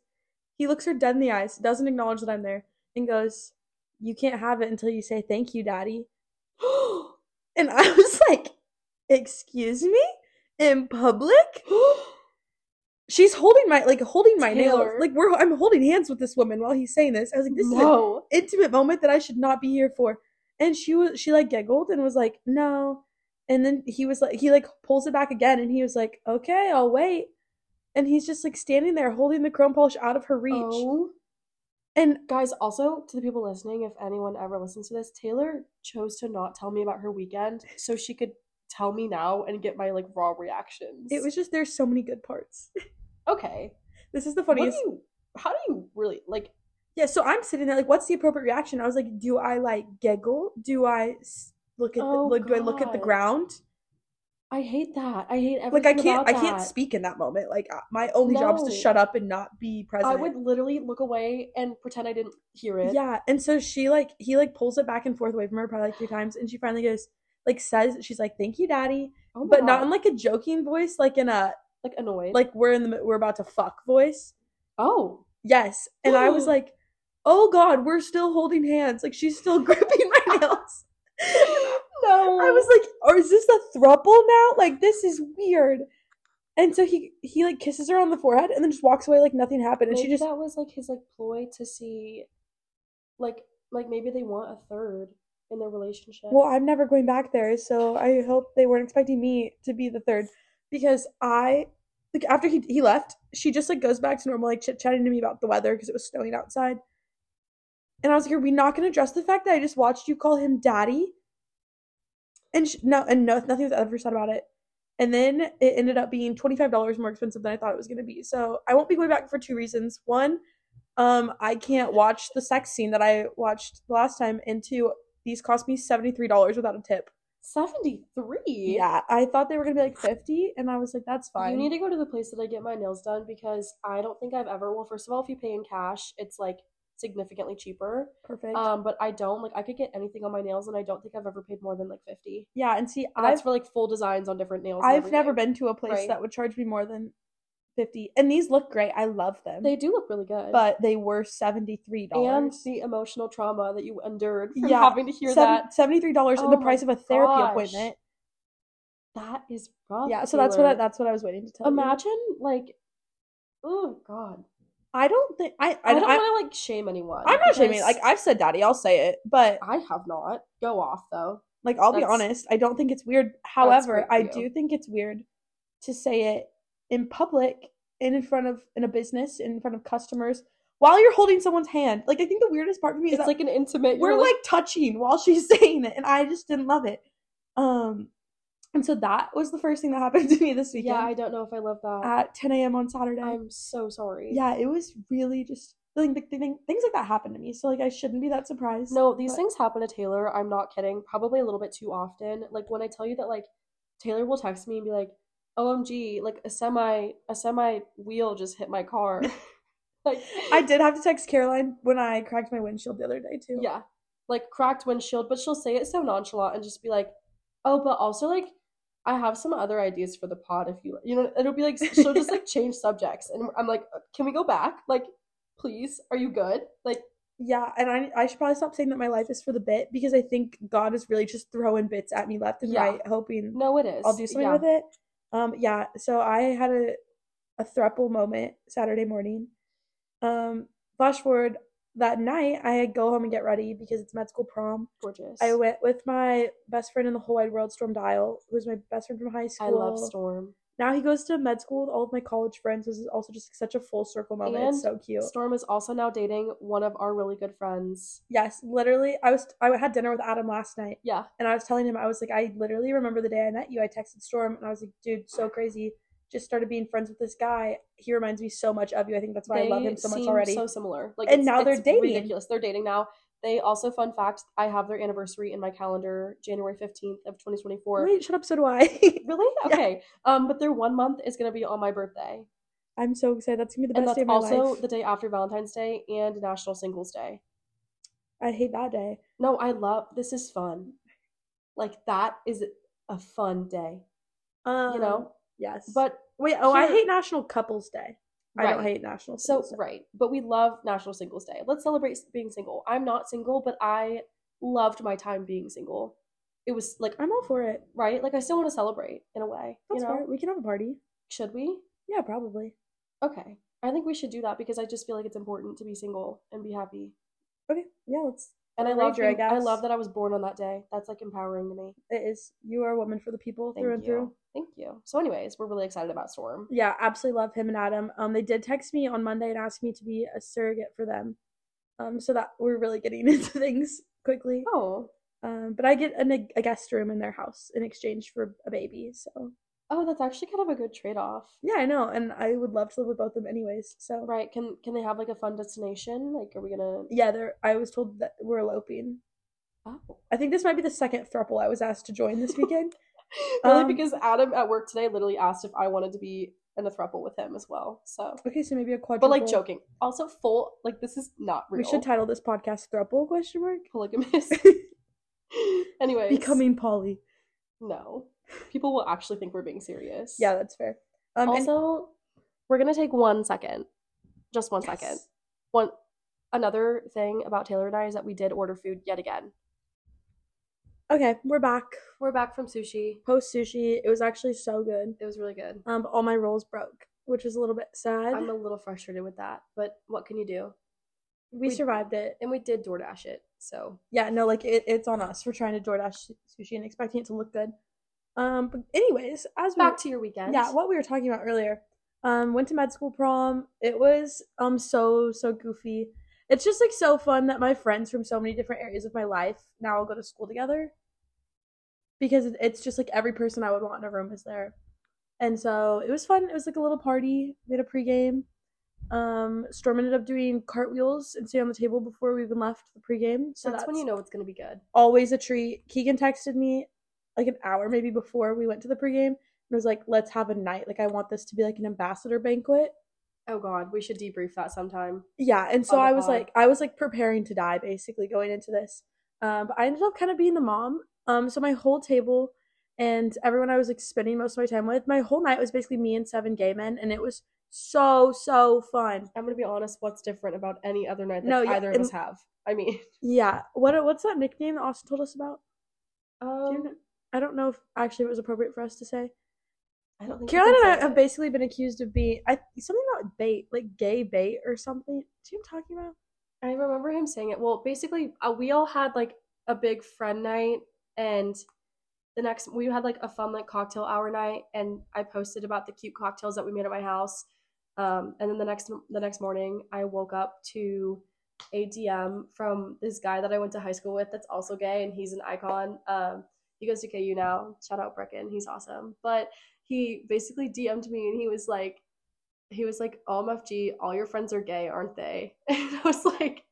Speaker 3: He looks her dead in the eyes, doesn't acknowledge that I'm there, and goes, you can't have it until you say thank you, daddy. and I was like, excuse me? In public? She's holding my like holding my
Speaker 2: Taylor.
Speaker 3: nails. Like we're I'm holding hands with this woman while he's saying this. I was like, this is an
Speaker 2: no.
Speaker 3: intimate moment that I should not be here for. And she was she like giggled and was like, no. And then he was like he like pulls it back again and he was like, okay, I'll wait. And he's just like standing there holding the chrome polish out of her reach.
Speaker 2: Oh.
Speaker 3: And
Speaker 2: Guys, also to the people listening, if anyone ever listens to this, Taylor chose to not tell me about her weekend so she could tell me now and get my like raw reactions.
Speaker 3: it was just there's so many good parts.
Speaker 2: okay.
Speaker 3: This is the
Speaker 2: What do
Speaker 3: funniest.
Speaker 2: you? How do you really like?
Speaker 3: yeah, so I'm sitting there like, what's the appropriate reaction? I was like, do I like giggle? Do I s- look at the,
Speaker 2: Oh,
Speaker 3: look, do I look at the
Speaker 2: God.
Speaker 3: ground?
Speaker 2: I hate that. I hate everything
Speaker 3: like I can't
Speaker 2: about
Speaker 3: I can't
Speaker 2: that.
Speaker 3: speak in that moment. Like I- my only job is to
Speaker 2: No.
Speaker 3: shut up and not be present.
Speaker 2: I would literally look away and pretend I didn't hear it.
Speaker 3: Yeah, and so she like he like pulls it back and forth away from her probably like three times, and she finally goes like says she's like thank you daddy,
Speaker 2: Oh my
Speaker 3: but not
Speaker 2: God.
Speaker 3: in like a joking voice, like in a
Speaker 2: like annoyed.
Speaker 3: like we're in the mi- we're about to fuck voice.
Speaker 2: oh,
Speaker 3: Yes, and I was like, oh god, we're still holding hands. Like she's still gripping my nails.
Speaker 2: no.
Speaker 3: I was like, or is this a thruple now? Like this is weird. And so he he like kisses her on the forehead and then just walks away like nothing happened, and
Speaker 2: maybe
Speaker 3: she just
Speaker 2: that was like his like ploy to see, like like maybe they want a third in their relationship.
Speaker 3: Well, I'm never going back there, so I hope they weren't expecting me to be the third because I like after he he left, she just like goes back to normal like chit-chatting to me about the weather because it was snowing outside. And I was like, "Are we not going to address the fact that I just watched you call him daddy?" And she, no, and no, nothing was ever said about it. And then it ended up being $25 more expensive than I thought it was going to be. So I won't be going back for two reasons. One, um, I can't watch the sex scene that I watched last time. And two, these cost me $73 without a tip.
Speaker 2: 73?
Speaker 3: Yeah, I thought they were going to be like 50 and I was like, that's fine.
Speaker 2: You need to go to the place that I get my nails done because I don't think I've ever. Well, first of all, if you pay in cash, it's like significantly cheaper.
Speaker 3: Perfect.
Speaker 2: Um, but I don't like I could get anything on my nails, and I don't think I've ever paid more than like fifty.
Speaker 3: yeah, and see,
Speaker 2: And that's
Speaker 3: I've
Speaker 2: for like full designs on different nails. and
Speaker 3: I've never
Speaker 2: everything.
Speaker 3: been to a place
Speaker 2: Right.
Speaker 3: that would charge me more than 50 and these look great i love them
Speaker 2: They do look really good.
Speaker 3: but they were $73
Speaker 2: and the emotional trauma that you endured from
Speaker 3: Yeah,
Speaker 2: having to hear that.
Speaker 3: Seven- $73
Speaker 2: Oh
Speaker 3: and the
Speaker 2: my
Speaker 3: price of a therapy
Speaker 2: gosh.
Speaker 3: appointment
Speaker 2: That is rough.
Speaker 3: yeah so that's what I,
Speaker 2: Taylor.
Speaker 3: that's what i was waiting to tell you.
Speaker 2: Imagine like, oh god.
Speaker 3: i don't think i
Speaker 2: I
Speaker 3: i,
Speaker 2: don't
Speaker 3: I,
Speaker 2: want to like shame anyone.
Speaker 3: I am not shaming
Speaker 2: because
Speaker 3: like i've said daddy i'll say it but
Speaker 2: I have not. Go off though.
Speaker 3: Like I'll be
Speaker 2: That's-
Speaker 3: honest, I don't think it's weird. However,
Speaker 2: great for
Speaker 3: I
Speaker 2: you.
Speaker 3: do think it's weird to say it in public and in front of in a business, in front of customers, while you're holding someone's hand. Like I think the weirdest part for me is
Speaker 2: It's
Speaker 3: that
Speaker 2: like an intimate.
Speaker 3: we're
Speaker 2: you're
Speaker 3: like touching while she's saying it, and I just didn't love it. Um, and so that was the first thing that happened to me this
Speaker 2: yeah. I
Speaker 3: weekend
Speaker 2: don't know if I love that.
Speaker 3: at 10 a.m. on Saturday.
Speaker 2: I'm so sorry.
Speaker 3: yeah, it was really just like the thing, things like that happened to me. So like I shouldn't be that surprised.
Speaker 2: No, these
Speaker 3: but-
Speaker 2: things happen to Taylor. I'm not kidding. Probably a little bit too often. Like when I tell you that, like Taylor will text me and be like, "OMG! Like a semi, a semi wheel just hit my car." like
Speaker 3: I did have to text Caroline when I cracked my windshield the other day too.
Speaker 2: yeah, like cracked windshield, but she'll say it so nonchalant and just be like, "Oh, but also like." I have some other ideas for the pod if you you know it'll be like she'll just like change subjects and I'm like "Uh, can we go back like please are you good like
Speaker 3: Yeah, and I I should probably stop saying that my life is for the bit because I think God is really just throwing bits at me left and
Speaker 2: Yeah.
Speaker 3: right, hoping
Speaker 2: no it is
Speaker 3: I'll do something
Speaker 2: Yeah.
Speaker 3: with it. Um, yeah. So I had a a thruple moment Saturday morning. Um, flash forward that night, I go home and get ready because it's med school prom.
Speaker 2: gorgeous
Speaker 3: I went with my best friend in the whole wide world, Storm Dial, who's my best friend from high school.
Speaker 2: I love Storm
Speaker 3: Now he goes to med school with all of my college friends. This is also just such a full circle moment.
Speaker 2: And
Speaker 3: it's so cute.
Speaker 2: Storm is also now dating one of our really good friends.
Speaker 3: Yes, literally. I was I had dinner with Adam last night.
Speaker 2: Yeah.
Speaker 3: And I was telling him, I was like, I literally remember the day I met you. I texted Storm and I was like, dude, so crazy. Just started being friends with this guy. He reminds me so much of you. I think that's why I love
Speaker 2: They
Speaker 3: him so much
Speaker 2: seem
Speaker 3: already.
Speaker 2: So similar. Like
Speaker 3: And
Speaker 2: it's-
Speaker 3: now they're
Speaker 2: it's
Speaker 3: dating.
Speaker 2: Ridiculous. They're dating now. They also, fun fact, I have their anniversary in my calendar, January fifteenth of twenty twenty four.
Speaker 3: Wait, shut up, so do I.
Speaker 2: Really?
Speaker 3: Yeah.
Speaker 2: Okay. Um, but their one month is gonna be on my birthday,
Speaker 3: I'm so excited. That's gonna be the
Speaker 2: and
Speaker 3: best
Speaker 2: that's
Speaker 3: day of my
Speaker 2: also
Speaker 3: life.
Speaker 2: the day after Valentine's Day and National Singles Day.
Speaker 3: I hate that day.
Speaker 2: No, I love this. Is fun. Like that is a fun day,
Speaker 3: Um,
Speaker 2: you know.
Speaker 3: Yes.
Speaker 2: But
Speaker 3: wait, oh, I
Speaker 2: here-
Speaker 3: hate National Couples Day. I don't
Speaker 2: Right.
Speaker 3: hate National
Speaker 2: So,
Speaker 3: Singles Day.
Speaker 2: right. But we love National Singles Day. Let's celebrate s- being single. I'm not single, but I loved my time being single. It was like,
Speaker 3: I'm all for it.
Speaker 2: right? Like, I still want to celebrate in a way,
Speaker 3: That's
Speaker 2: you know?
Speaker 3: fair. We can have a party.
Speaker 2: Should we?
Speaker 3: Yeah, probably.
Speaker 2: Okay. I think we should do that because I just feel like it's important to be single and be happy.
Speaker 3: Okay. Yeah, let's
Speaker 2: And I
Speaker 3: Or
Speaker 2: love,
Speaker 3: rager, I
Speaker 2: being- I
Speaker 3: guess.
Speaker 2: love that I was born on that day. That's like empowering to me.
Speaker 3: it is you are a woman for the people
Speaker 2: Thank
Speaker 3: through and
Speaker 2: you.
Speaker 3: through.
Speaker 2: Thank you. So, anyways, we're really excited about Storm.
Speaker 3: Yeah, absolutely love him and Adam. Um, they did text me on Monday and asked me to be a surrogate for them. Um, so that we're really getting into things quickly.
Speaker 2: Oh,
Speaker 3: Um, but I get an, a guest room in their house in exchange for a baby. So
Speaker 2: oh, that's actually kind of a good trade off.
Speaker 3: yeah, I know, and I would love to live with both of them anyways. So
Speaker 2: Right. Can can they have like a fun destination? Like, are we gonna.
Speaker 3: yeah, they're, I was told that we're eloping.
Speaker 2: Oh.
Speaker 3: I think this might be the second throuple I was asked to join this weekend.
Speaker 2: Really,
Speaker 3: Um,
Speaker 2: because Adam at work today literally asked if I wanted to be in a throuple with him as well. So,
Speaker 3: okay, so maybe a quadruple.
Speaker 2: but like joking. Also, full like this is not real.
Speaker 3: We should title this podcast "Throuple?" Question mark.
Speaker 2: polygamous. Anyways,
Speaker 3: Becoming poly.
Speaker 2: no, people will actually think we're being serious.
Speaker 3: Yeah, that's fair. Um, and-
Speaker 2: Also, we're gonna take one second, just one second.
Speaker 3: Yes.
Speaker 2: One another thing about Taylor and I is that we did order food yet again.
Speaker 3: Okay, we're back.
Speaker 2: We're back from sushi.
Speaker 3: post sushi. It was actually so good.
Speaker 2: It was really good.
Speaker 3: Um, but all my rolls broke, which was a little bit sad.
Speaker 2: I'm a little frustrated with that, but what can you do?
Speaker 3: we,
Speaker 2: we-
Speaker 3: survived it.
Speaker 2: And we did DoorDash it, so
Speaker 3: Yeah, no, like it, it's on us. We're trying to DoorDash sushi and expecting it to look good. Um, but anyways, as we
Speaker 2: back to your weekend.
Speaker 3: yeah, what we were talking about earlier. Um, went to med school prom. It was um so so goofy. It's just like so fun that my friends from so many different areas of my life now all go to school together. Because it- it's just like every person I would want in a room is there. And so it was fun. It was like a little party. We had a pregame. Um, Storm ended up doing cartwheels and staying on the table before we even left the pregame. So
Speaker 2: that's, when you know it's gonna be good.
Speaker 3: always a treat. Keegan texted me like an hour maybe before we went to the pregame and was like, let's have a night. Like, I want this to be like an ambassador banquet.
Speaker 2: Oh God, we should debrief that sometime.
Speaker 3: Yeah. And so
Speaker 2: Oh my
Speaker 3: I was
Speaker 2: God.
Speaker 3: like, I was like preparing to die basically going into this. Um, but I ended up kind of being the mom. Um, so my whole table and everyone I was like spending most of my time with, my whole night was basically me and seven gay men. And it was so so fun.
Speaker 2: I'm gonna be honest. What's different about any other night that
Speaker 3: No, yeah,
Speaker 2: either of
Speaker 3: and-
Speaker 2: us have? I mean,
Speaker 3: Yeah. What what's that nickname that Austin told us about? Do you
Speaker 2: um,
Speaker 3: kn- I don't know if actually it was appropriate for us to say.
Speaker 2: I don't think we can
Speaker 3: Caroline and I
Speaker 2: say
Speaker 3: have
Speaker 2: it.
Speaker 3: basically been accused of being I, something about bait, like gay bait or something. Do you know what I'm talking about?
Speaker 2: I remember him saying it. Well, basically, uh, we all had like a big friend night, and the next we had like a fun like cocktail hour night, and I posted about the cute cocktails that we made at my house. Um, and then the next the next morning, I woke up to a DM from this guy that I went to high school with that's also gay, and he's an icon. Um, he goes to KU now. Shout out Brecken, he's awesome. But he basically DM'd me, and he was like, he was like, "OMFG, all your friends are gay, aren't they?" And I was like,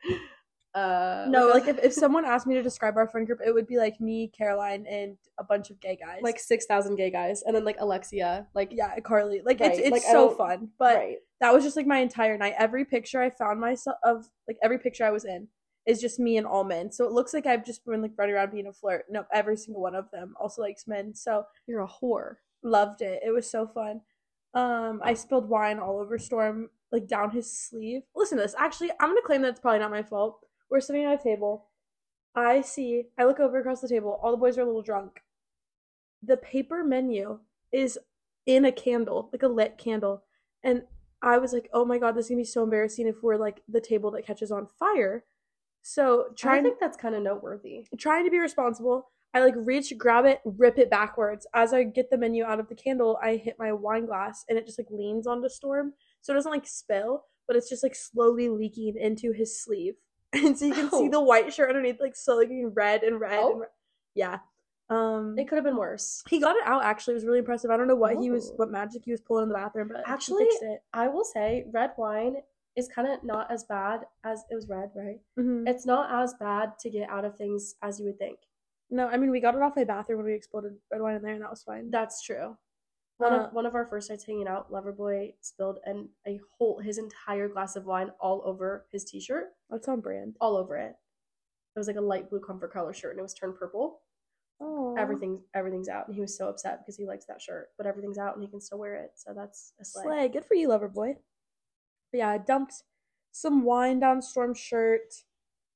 Speaker 2: uh,
Speaker 3: no,
Speaker 2: a-
Speaker 3: like if, if someone asked me to describe our friend group, it would be like me, Caroline, and a bunch of gay guys.
Speaker 2: like six thousand gay guys, and then like Alexia, like
Speaker 3: yeah, Carly. Like it's
Speaker 2: Right,
Speaker 3: it's
Speaker 2: like, I
Speaker 3: so
Speaker 2: don't-
Speaker 3: fun. But
Speaker 2: right.
Speaker 3: that was just like my entire night. Every picture I found myself of like every picture I was in is just me and all men. So it looks like I've just been like running around being a flirt. No, every single one of them also likes men. So
Speaker 2: You're a whore.
Speaker 3: loved it. It was so fun. Um, I spilled wine all over Storm, like down his sleeve. Listen to this. Actually, I'm gonna claim that it's probably not my fault. We're sitting at a table. I see. I look over across the table. All the boys are a little drunk. The paper menu is in a candle, like a lit candle, and I was like, "Oh my god, this is gonna be so embarrassing if we're like the table that catches on fire." So
Speaker 2: I
Speaker 3: trying to
Speaker 2: think that's kind of noteworthy.
Speaker 3: trying to be responsible. I like reach, grab it, rip it backwards. As I get the menu out of the candle, I hit my wine glass and it just like leans onto Storm. So it doesn't like spill, but it's just like slowly leaking into his sleeve. And so you can see
Speaker 2: Ow.
Speaker 3: the white shirt underneath like slowly getting red and red.
Speaker 2: Oh.
Speaker 3: And red. Yeah. Um
Speaker 2: It could have been worse.
Speaker 3: he got it out actually. It was really impressive. I don't know what he was
Speaker 2: Oh.
Speaker 3: what magic he was pulling in the bathroom, but
Speaker 2: Actually,
Speaker 3: he fixed it.
Speaker 2: I will say red wine is kind of not as bad as it was red, right?
Speaker 3: Mhm.
Speaker 2: It's not as bad to get out of things as you would think.
Speaker 3: No, I mean we got it off my bathroom when we exploded red wine in there and that was fine.
Speaker 2: That's true. One
Speaker 3: Uh,
Speaker 2: of one of our first nights hanging out, Loverboy spilled an a whole his entire glass of wine all over his t-shirt,
Speaker 3: That's on brand.
Speaker 2: all over it. It was like a light blue comfort color shirt, and it was turned purple.
Speaker 3: Oh.
Speaker 2: Everything's everything's out, and he was so upset because he likes that shirt, but everything's out, and he can still wear it. So that's a slay.
Speaker 3: Slay. Good for you, lover boy. But yeah, I dumped some wine down Storm's shirt.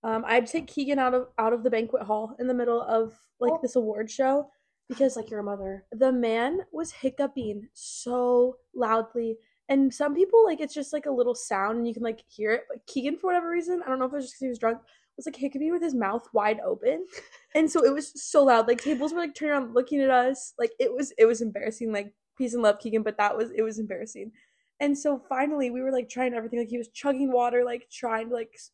Speaker 3: Um, I had to take Keegan out of out of the banquet hall in the middle of like
Speaker 2: Oh.
Speaker 3: this award show
Speaker 2: Because
Speaker 3: because
Speaker 2: like you're a mother.
Speaker 3: the man was hiccuping so loudly. And some people like it's just like a little sound and you can like hear it. But Keegan, for whatever reason, I don't know if it was just because he was drunk, was like hiccuping with his mouth wide open. And so it was so loud. Like tables were like turning around looking at us. Like it was it was embarrassing. Like peace and love, Keegan, but that was it was embarrassing. And so finally we were like trying everything. Like he was chugging water, like trying to like s-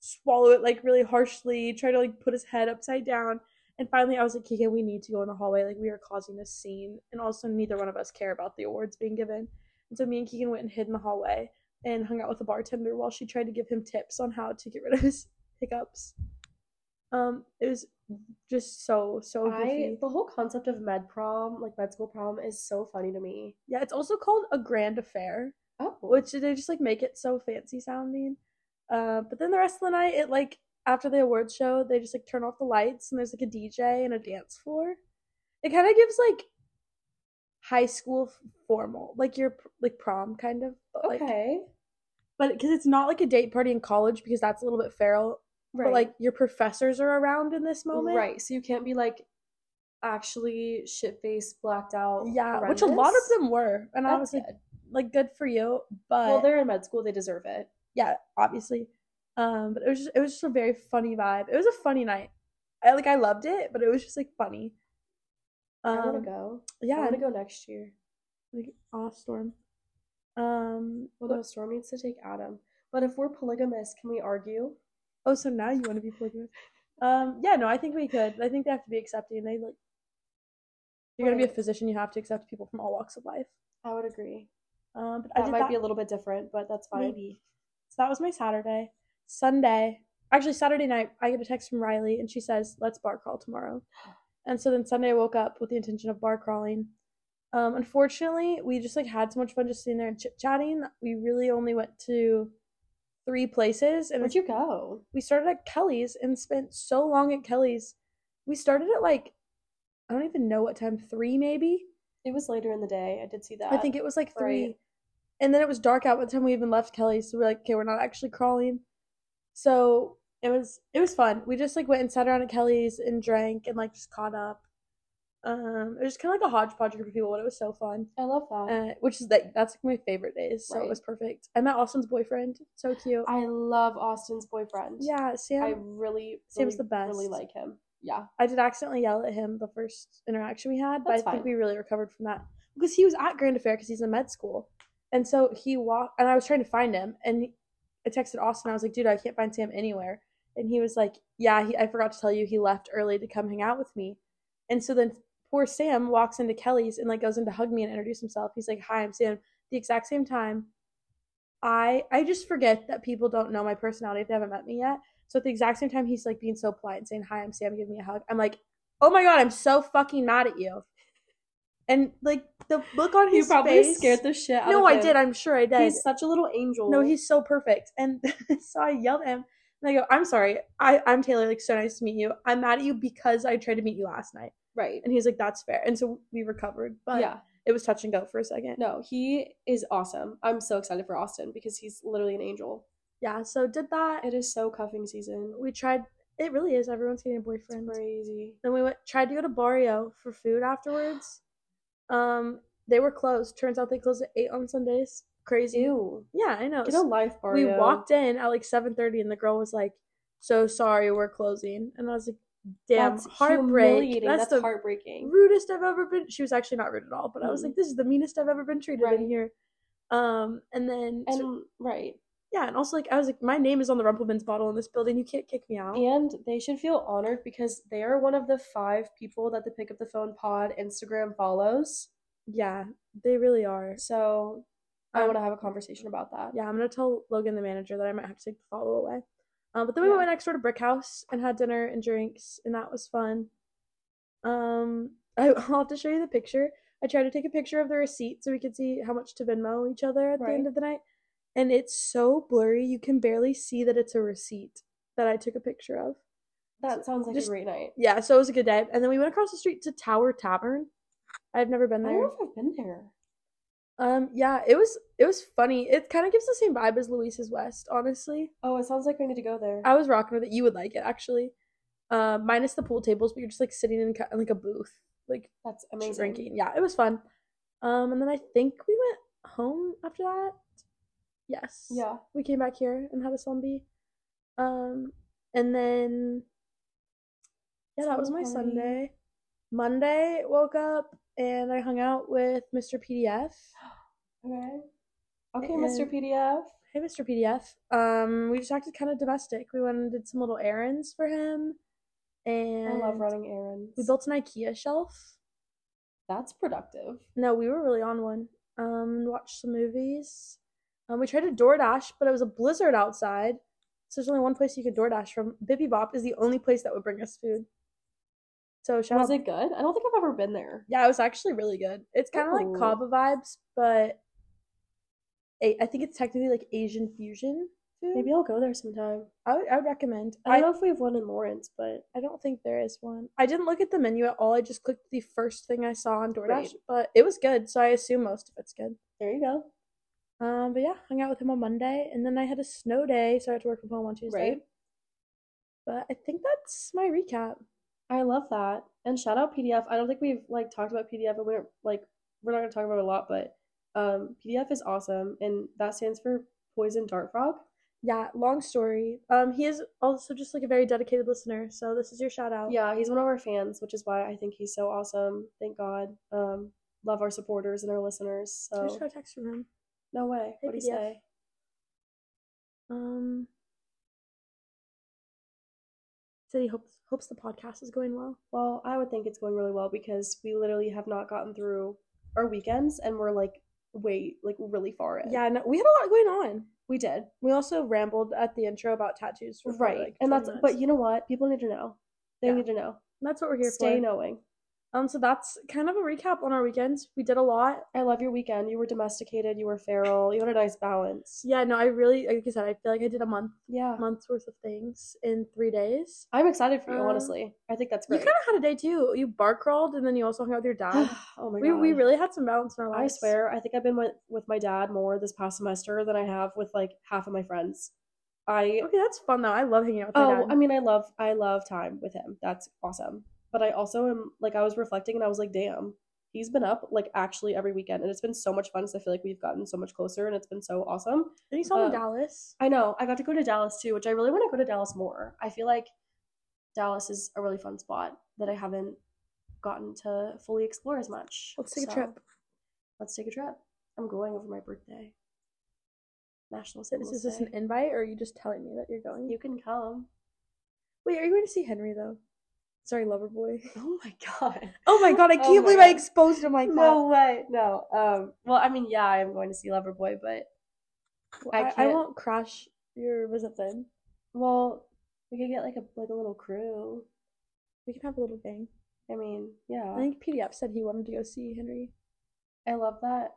Speaker 3: swallow it like really harshly, try to like put his head upside down. And finally, I was like, Keegan, we need to go in the hallway. Like, we are causing a scene. And also, neither one of us care about the awards being given. And so, me and Keegan went and hid in the hallway and hung out with the bartender while she tried to give him tips on how to get rid of his hiccups. Um, it was just so, so
Speaker 2: I
Speaker 3: goofy.
Speaker 2: the whole concept of med prom, like med school prom, is so funny to me.
Speaker 3: yeah, it's also called a grand affair,
Speaker 2: Oh,
Speaker 3: which they just like make it so fancy sounding. Uh, but then the rest of the night, it like after the awards show, they just like turn off the lights and there's like a DJ and a dance floor. It kind of gives like high school f- formal, like your pr- like prom kind of, but like
Speaker 2: okay,
Speaker 3: but because it's not like a date party in college because that's a little bit feral.
Speaker 2: right,
Speaker 3: But like your professors are around in this moment,
Speaker 2: right. So you can't be like actually shit faced, blacked out.
Speaker 3: Yeah, which a lot of
Speaker 2: horrendous.
Speaker 3: them were, and I
Speaker 2: That's
Speaker 3: was like,
Speaker 2: good.
Speaker 3: like good for you, but
Speaker 2: well, they're in med school; they deserve it.
Speaker 3: yeah, obviously. Um, but it was just it was just a very funny vibe. It was a funny night. I like I loved it, but it was just like funny.
Speaker 2: I want
Speaker 3: Um,
Speaker 2: to go. I
Speaker 3: yeah,
Speaker 2: want to go next year.
Speaker 3: like off storm. Um,
Speaker 2: Well, no, Storm needs to take Adam. But if we're polygamous, can we argue?
Speaker 3: oh, so now you want to be polygamous? Um, yeah, no, I think we could. I think they have to be accepting. They like you're gonna be a
Speaker 2: Right.
Speaker 3: physician, you have to accept people from all walks of life.
Speaker 2: I would agree.
Speaker 3: Um, but I
Speaker 2: That
Speaker 3: did
Speaker 2: might
Speaker 3: that.
Speaker 2: be a little bit different, but that's fine.
Speaker 3: Maybe. So that was my Saturday. Sunday, actually Saturday night, I get a text from Riley and she says, "Let's bar crawl tomorrow." And so then Sunday, I woke up with the intention of bar crawling. Um, unfortunately, we just like had so much fun just sitting there and chit chatting. We really only went to three places, and
Speaker 2: Where'd you go?
Speaker 3: we started at Kelly's and spent so long at Kelly's. We started at like I don't even know what time, three maybe.
Speaker 2: It was later in the day. I did see that.
Speaker 3: I think it was like
Speaker 2: Right.
Speaker 3: three. And then it was dark out by the time we even left Kelly, so we're like, okay, we're not actually crawling. So it was it was fun. We just like went and sat around at Kelly's and drank and like just caught up. Um, it was kind of like a hodgepodge group of people, but it was so fun.
Speaker 2: I love that.
Speaker 3: Uh, which is like that's like my favorite days, so
Speaker 2: Right.
Speaker 3: it was perfect. I met Austin's boyfriend, so cute.
Speaker 2: I love Austin's boyfriend.
Speaker 3: yeah, Sam.
Speaker 2: I really,
Speaker 3: Sam's
Speaker 2: really,
Speaker 3: the best.
Speaker 2: really like him. Yeah.
Speaker 3: I did accidentally yell at him the first interaction we had, but
Speaker 2: That's
Speaker 3: I think
Speaker 2: fine.
Speaker 3: we really recovered from that because he was at Grand Affair because he's in med school, and so he walked. And I was trying to find him, and I texted Austin. I was like, "Dude, I can't find Sam anywhere," and he was like, "Yeah, he, I forgot to tell you he left early to come hang out with me," and so then poor Sam walks into Kelly's and like goes in to hug me and introduce himself. He's like, "Hi, I'm Sam." The exact same time, I I just forget that people don't know my personality if they haven't met me yet. So at the exact same time, he's like being so polite and saying, "Hi, I'm Sam. Give me a hug." I'm like, "Oh my god, I'm so fucking mad at you," and like the look on
Speaker 2: You
Speaker 3: his
Speaker 2: probably
Speaker 3: face.
Speaker 2: scared the shit out
Speaker 3: no,
Speaker 2: of
Speaker 3: I
Speaker 2: him.
Speaker 3: did. I'm sure I did.
Speaker 2: He's such a little angel.
Speaker 3: no, he's so perfect. And so I yelled at him, and I go, "I'm sorry. I I'm Taylor. Like, so nice to meet you. I'm mad at you because I tried to meet you last night."
Speaker 2: right.
Speaker 3: And he's like, "That's fair." And so we recovered, but
Speaker 2: yeah.
Speaker 3: it was touch and go for a second.
Speaker 2: No, he is awesome. I'm so excited for Austin because he's literally an angel.
Speaker 3: Yeah. So did that.
Speaker 2: It is so cuffing season.
Speaker 3: we tried. It really is. Everyone's getting a boyfriend.
Speaker 2: It's crazy.
Speaker 3: Then we went tried to go to Barrio for food afterwards. Um, they were closed. Turns out they close at eight on Sundays. Crazy.
Speaker 2: Ew.
Speaker 3: Yeah, I know.
Speaker 2: Get a life,
Speaker 3: we
Speaker 2: Barrio.
Speaker 3: walked in at like seven thirty, and the girl was like, "So sorry, we're closing." And I was like, "Damn,
Speaker 2: That's
Speaker 3: heartbreak.
Speaker 2: humiliating. That's,
Speaker 3: the
Speaker 2: heartbreaking.
Speaker 3: rudest I've ever been." She was actually not rude at all, but I was
Speaker 2: Mm.
Speaker 3: like, "This is the meanest I've ever been treated
Speaker 2: Right.
Speaker 3: in here." Um, and then so-
Speaker 2: And right.
Speaker 3: yeah, and also like I was like, "My name is on the Rumplemans bottle in this building. You can't kick me out."
Speaker 2: And they should feel honored because they are one of the five people that the Pick Up the Phone Pod Instagram follows.
Speaker 3: yeah, they really are.
Speaker 2: So I
Speaker 3: Um,
Speaker 2: want to have a conversation about that.
Speaker 3: Yeah, I'm gonna tell Logan, the manager, that I might have to take the follow away. Um, but then we
Speaker 2: Yeah.
Speaker 3: went next door to Brick House and had dinner and drinks, and that was fun. Um, I, I'll have to show you the picture. I tried to take a picture of the receipt so we could see how much to Venmo each other at the
Speaker 2: Right.
Speaker 3: end of the night, and it's so blurry you can barely see that it's a receipt that I took a picture of.
Speaker 2: That sounds like
Speaker 3: Just-
Speaker 2: a great night.
Speaker 3: Yeah, so it was a good day. And then we went across the street to Tower Tavern. I've never been
Speaker 2: I
Speaker 3: there.
Speaker 2: don't know if I've been there.
Speaker 3: Um, yeah, it was it was funny. It kind of gives the same vibe as Luis's West, honestly.
Speaker 2: Oh, it sounds like I need to go there.
Speaker 3: I was rocking with it. You would like it actually, uh, minus the pool tables, but you're just like sitting in, ca- in like a booth, like
Speaker 2: That's amazing.
Speaker 3: drinking. Yeah, it was fun. Um, and then I think we went home after that. Yes.
Speaker 2: Yeah.
Speaker 3: We came back here and had a slumby. Um, and then yeah, that was my
Speaker 2: Slumby party.
Speaker 3: Sunday. Monday woke up and I hung out with Mr. PDF.
Speaker 2: Okay. Okay, Mr.
Speaker 3: And-
Speaker 2: PDF.
Speaker 3: Hey, Mr. PDF. Um, we just acted kind of domestic. We went and did some little errands for him, and
Speaker 2: I love running errands.
Speaker 3: we built an IKEA shelf.
Speaker 2: That's productive.
Speaker 3: No, we were really on one. Um, watched some movies. Um, we tried to DoorDash, but it was a blizzard outside, so there's only one place you could DoorDash from. Bippy Bop is the only place that would bring us food. So shout
Speaker 2: Was
Speaker 3: out.
Speaker 2: it good? I don't think I've ever been there.
Speaker 3: Yeah, it was actually really good. It's kind of
Speaker 2: Ooh.
Speaker 3: like Kava vibes, but a- I think it's technically like Asian fusion food.
Speaker 2: Maybe I'll go there sometime.
Speaker 3: I would, I would recommend.
Speaker 2: I don't know if we have one in Lawrence, but
Speaker 3: I don't think there is one. I didn't look at the menu at all. I just clicked the first thing I saw on DoorDash,
Speaker 2: Right.
Speaker 3: but it was good, so I assume most of it's good.
Speaker 2: there you go.
Speaker 3: Um, but yeah, hung out with him on Monday, and then I had a snow day, so I had to work from home on Tuesday.
Speaker 2: Right.
Speaker 3: But I think that's my recap.
Speaker 2: I love that. And shout out PDF. I don't think we've like talked about PDF and we're like we're not gonna talk about it a lot, but um PDF is awesome and that stands for poison dart frog.
Speaker 3: Yeah, long story. Um, he is also just like a very dedicated listener, so this is your shout out.
Speaker 2: Yeah, he's one of our fans, which is why I think he's so awesome. Thank God. Um love our supporters and our listeners.
Speaker 3: I just
Speaker 2: So
Speaker 3: got a text from him.
Speaker 2: no way.
Speaker 3: Hey,
Speaker 2: What do you
Speaker 3: PDF.
Speaker 2: say?
Speaker 3: Um, said he hopes hopes the podcast is going well.
Speaker 2: Well, I would think it's going really well because we literally have not gotten through our weekends and we're like way like really far in.
Speaker 3: Yeah, no, we had a lot going on.
Speaker 2: we did.
Speaker 3: We also rambled at the intro about tattoos for probably,
Speaker 2: Right.
Speaker 3: like,
Speaker 2: and
Speaker 3: 20
Speaker 2: that's
Speaker 3: minutes.
Speaker 2: but you know what? People need to know. They
Speaker 3: Yeah.
Speaker 2: need to know.
Speaker 3: that's what we're here
Speaker 2: Stay
Speaker 3: for.
Speaker 2: knowing.
Speaker 3: Um, so that's kind of a recap on our weekends. We did a lot.
Speaker 2: I love your weekend. You were domesticated, you were feral, you had a nice balance.
Speaker 3: Yeah, no, I really, like I said, I feel like I did a month,
Speaker 2: Yeah.
Speaker 3: month's worth of things in three days.
Speaker 2: I'm excited for you,
Speaker 3: Um,
Speaker 2: honestly. I think that's
Speaker 3: You
Speaker 2: great.
Speaker 3: kind of had a day too. You bar crawled, and then you also hung out with your dad.
Speaker 2: oh my
Speaker 3: we
Speaker 2: god.
Speaker 3: we really had some balance in our
Speaker 2: I
Speaker 3: lives.
Speaker 2: swear, I think I've been with, with my dad more this past semester than I have with like half of my friends. I
Speaker 3: Okay, that's fun though. I love hanging out with your
Speaker 2: oh,
Speaker 3: dad.
Speaker 2: I mean, I love I love time with him. That's awesome. But I also am like I was reflecting and I was like, damn, he's been up like actually every weekend, and it's been so much fun. So I feel like we've gotten so much closer, and it's been so awesome.
Speaker 3: Then you saw him in
Speaker 2: uh,
Speaker 3: Dallas.
Speaker 2: I know I got to go to Dallas too, which I really want to go to Dallas more. I feel like Dallas is a really fun spot that I haven't gotten to fully explore as much.
Speaker 3: Let's take a
Speaker 2: So-
Speaker 3: trip.
Speaker 2: Let's take a trip. I'm going over my birthday. National Singles
Speaker 3: Is this
Speaker 2: Day.
Speaker 3: an invite, or are you just telling me that you're going?
Speaker 2: you can come.
Speaker 3: Wait, are you going to see Henry though? Sorry, lover boy.
Speaker 2: Oh my god.
Speaker 3: Oh my god, I
Speaker 2: Oh
Speaker 3: can't
Speaker 2: my
Speaker 3: believe I
Speaker 2: God.
Speaker 3: exposed him like
Speaker 2: no way. No. Um. Well, I mean, yeah, I am going to see Loverboy, but
Speaker 3: that. Well,
Speaker 2: I
Speaker 3: I, I
Speaker 2: can't-
Speaker 3: won't crash your visit then.
Speaker 2: well, we could get like a like a little crew.
Speaker 3: We can have a little gang.
Speaker 2: I mean,
Speaker 3: I
Speaker 2: yeah.
Speaker 3: think PDF said he wanted to go see Henry.
Speaker 2: I love that.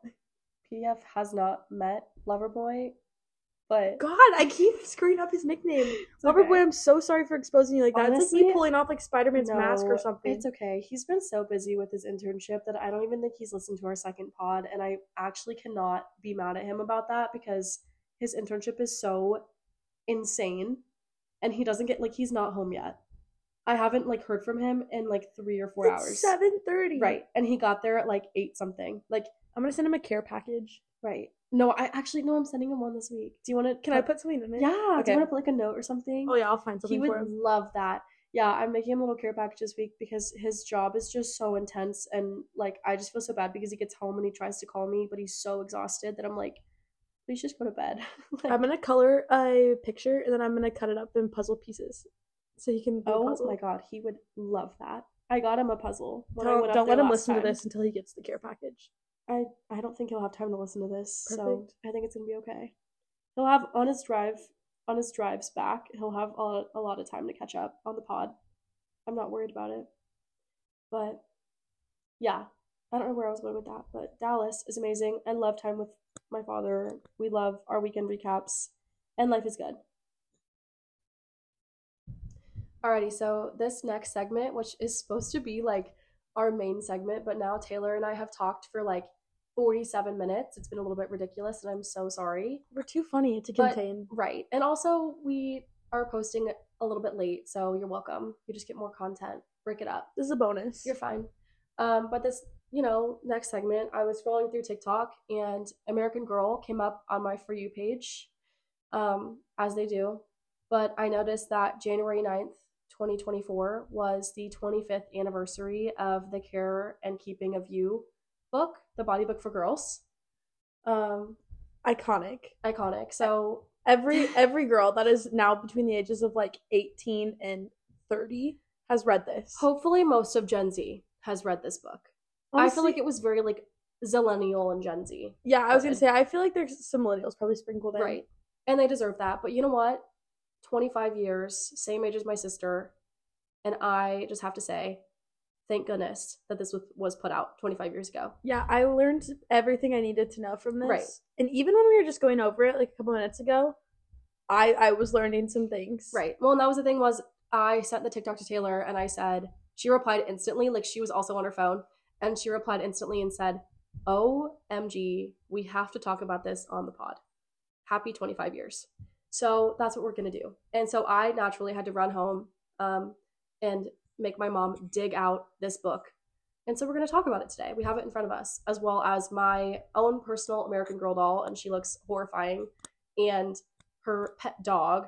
Speaker 2: PDF has not met Loverboy, but
Speaker 3: God, I keep screwing up his nickname.
Speaker 2: it's
Speaker 3: Loverboy,
Speaker 2: okay.
Speaker 3: I'm so sorry for exposing you like that. it's like
Speaker 2: Honestly,
Speaker 3: me pulling off like Spider Man's mask
Speaker 2: No,
Speaker 3: or something.
Speaker 2: It's okay. He's been so busy with his internship that I don't even think he's listened to our second pod, and I actually cannot be mad at him about that because his internship is so insane, and he doesn't get like he's not home yet. I haven't like heard from him in like three or four hours.
Speaker 3: Seven thirty.
Speaker 2: Right, and he got there at like eight something. Like
Speaker 3: I'm gonna send him a care package.
Speaker 2: right. No, I actually no. I'm sending him one this week. Do you want to?
Speaker 3: Can I put something in it?
Speaker 2: Yeah. Do
Speaker 3: Okay.
Speaker 2: you want to put like a note or something?
Speaker 3: Oh yeah, I'll find
Speaker 2: he
Speaker 3: something
Speaker 2: would
Speaker 3: for him.
Speaker 2: love that. Yeah, I'm making him a little care package this week because his job is just so intense and like I just feel so bad because he gets home and he tries to call me, but he's so exhausted that I'm like, please just go to bed. Like,
Speaker 3: I'm gonna color a picture and then I'm gonna cut it up in puzzle pieces, so he can. Do a
Speaker 2: oh
Speaker 3: puzzle.
Speaker 2: my god, he would love that. I got him a puzzle. when I
Speaker 3: Don't,
Speaker 2: went up
Speaker 3: don't
Speaker 2: there
Speaker 3: let him
Speaker 2: last
Speaker 3: listen to
Speaker 2: time.
Speaker 3: this until he gets the care package.
Speaker 2: I I don't think he'll have time to listen to this, so
Speaker 3: Perfect.
Speaker 2: I think it's gonna be okay. He'll have on his drive on his drives back. He'll have a lot, a lot of time to catch up on the pod. I'm not worried about it, but yeah, I don't know where I was going with that. But Dallas is amazing. I love time with my father. We love our weekend recaps, and life is good. Alrighty, so this next segment, which is supposed to be like our main segment, but now Taylor and I have talked for like 47 minutes. It's been a little bit ridiculous, and I'm so sorry.
Speaker 3: We're too funny to
Speaker 2: But-
Speaker 3: contain.
Speaker 2: Right. And also, we are posting a little bit late, so you're welcome. You just get more content. Break it up.
Speaker 3: This is a bonus.
Speaker 2: You're fine. Um, but this, you know, next segment, I was scrolling through TikTok and American Girl came up on my For You page, um, as they do. But I noticed that January 9th, 2024 was the 25th anniversary of the Care and Keeping of You book, the body book for girls. Um,
Speaker 3: Iconic.
Speaker 2: iconic. So
Speaker 3: Every every girl that is now between the ages of like 18 and 30 has read this.
Speaker 2: hopefully most of Gen Z has read this book. I feel
Speaker 3: Honestly,
Speaker 2: like it was very like Zillennial and Gen Z.
Speaker 3: yeah, I was gonna
Speaker 2: good.
Speaker 3: say I feel like there's some millennials probably sprinkled in.
Speaker 2: Right. And they deserve that. But you know what? 25 years, same age as my sister. And I just have to say, thank goodness that this was, was put out 25 years ago.
Speaker 3: Yeah, I learned everything I needed to know from this.
Speaker 2: Right.
Speaker 3: And even when we were just going over it like a couple minutes ago, I I was learning some things.
Speaker 2: Right. Well, and that was the thing was I sent the TikTok to Taylor and I said, she replied instantly, like she was also on her phone. And she replied instantly and said, OMG, we have to talk about this on the pod. Happy 25 years. So that's what we're going to do. And so I naturally had to run home um, and make my mom dig out this book. And so we're going to talk about it today. We have it in front of us, as well as my own personal American Girl doll. And she looks horrifying. And her pet dog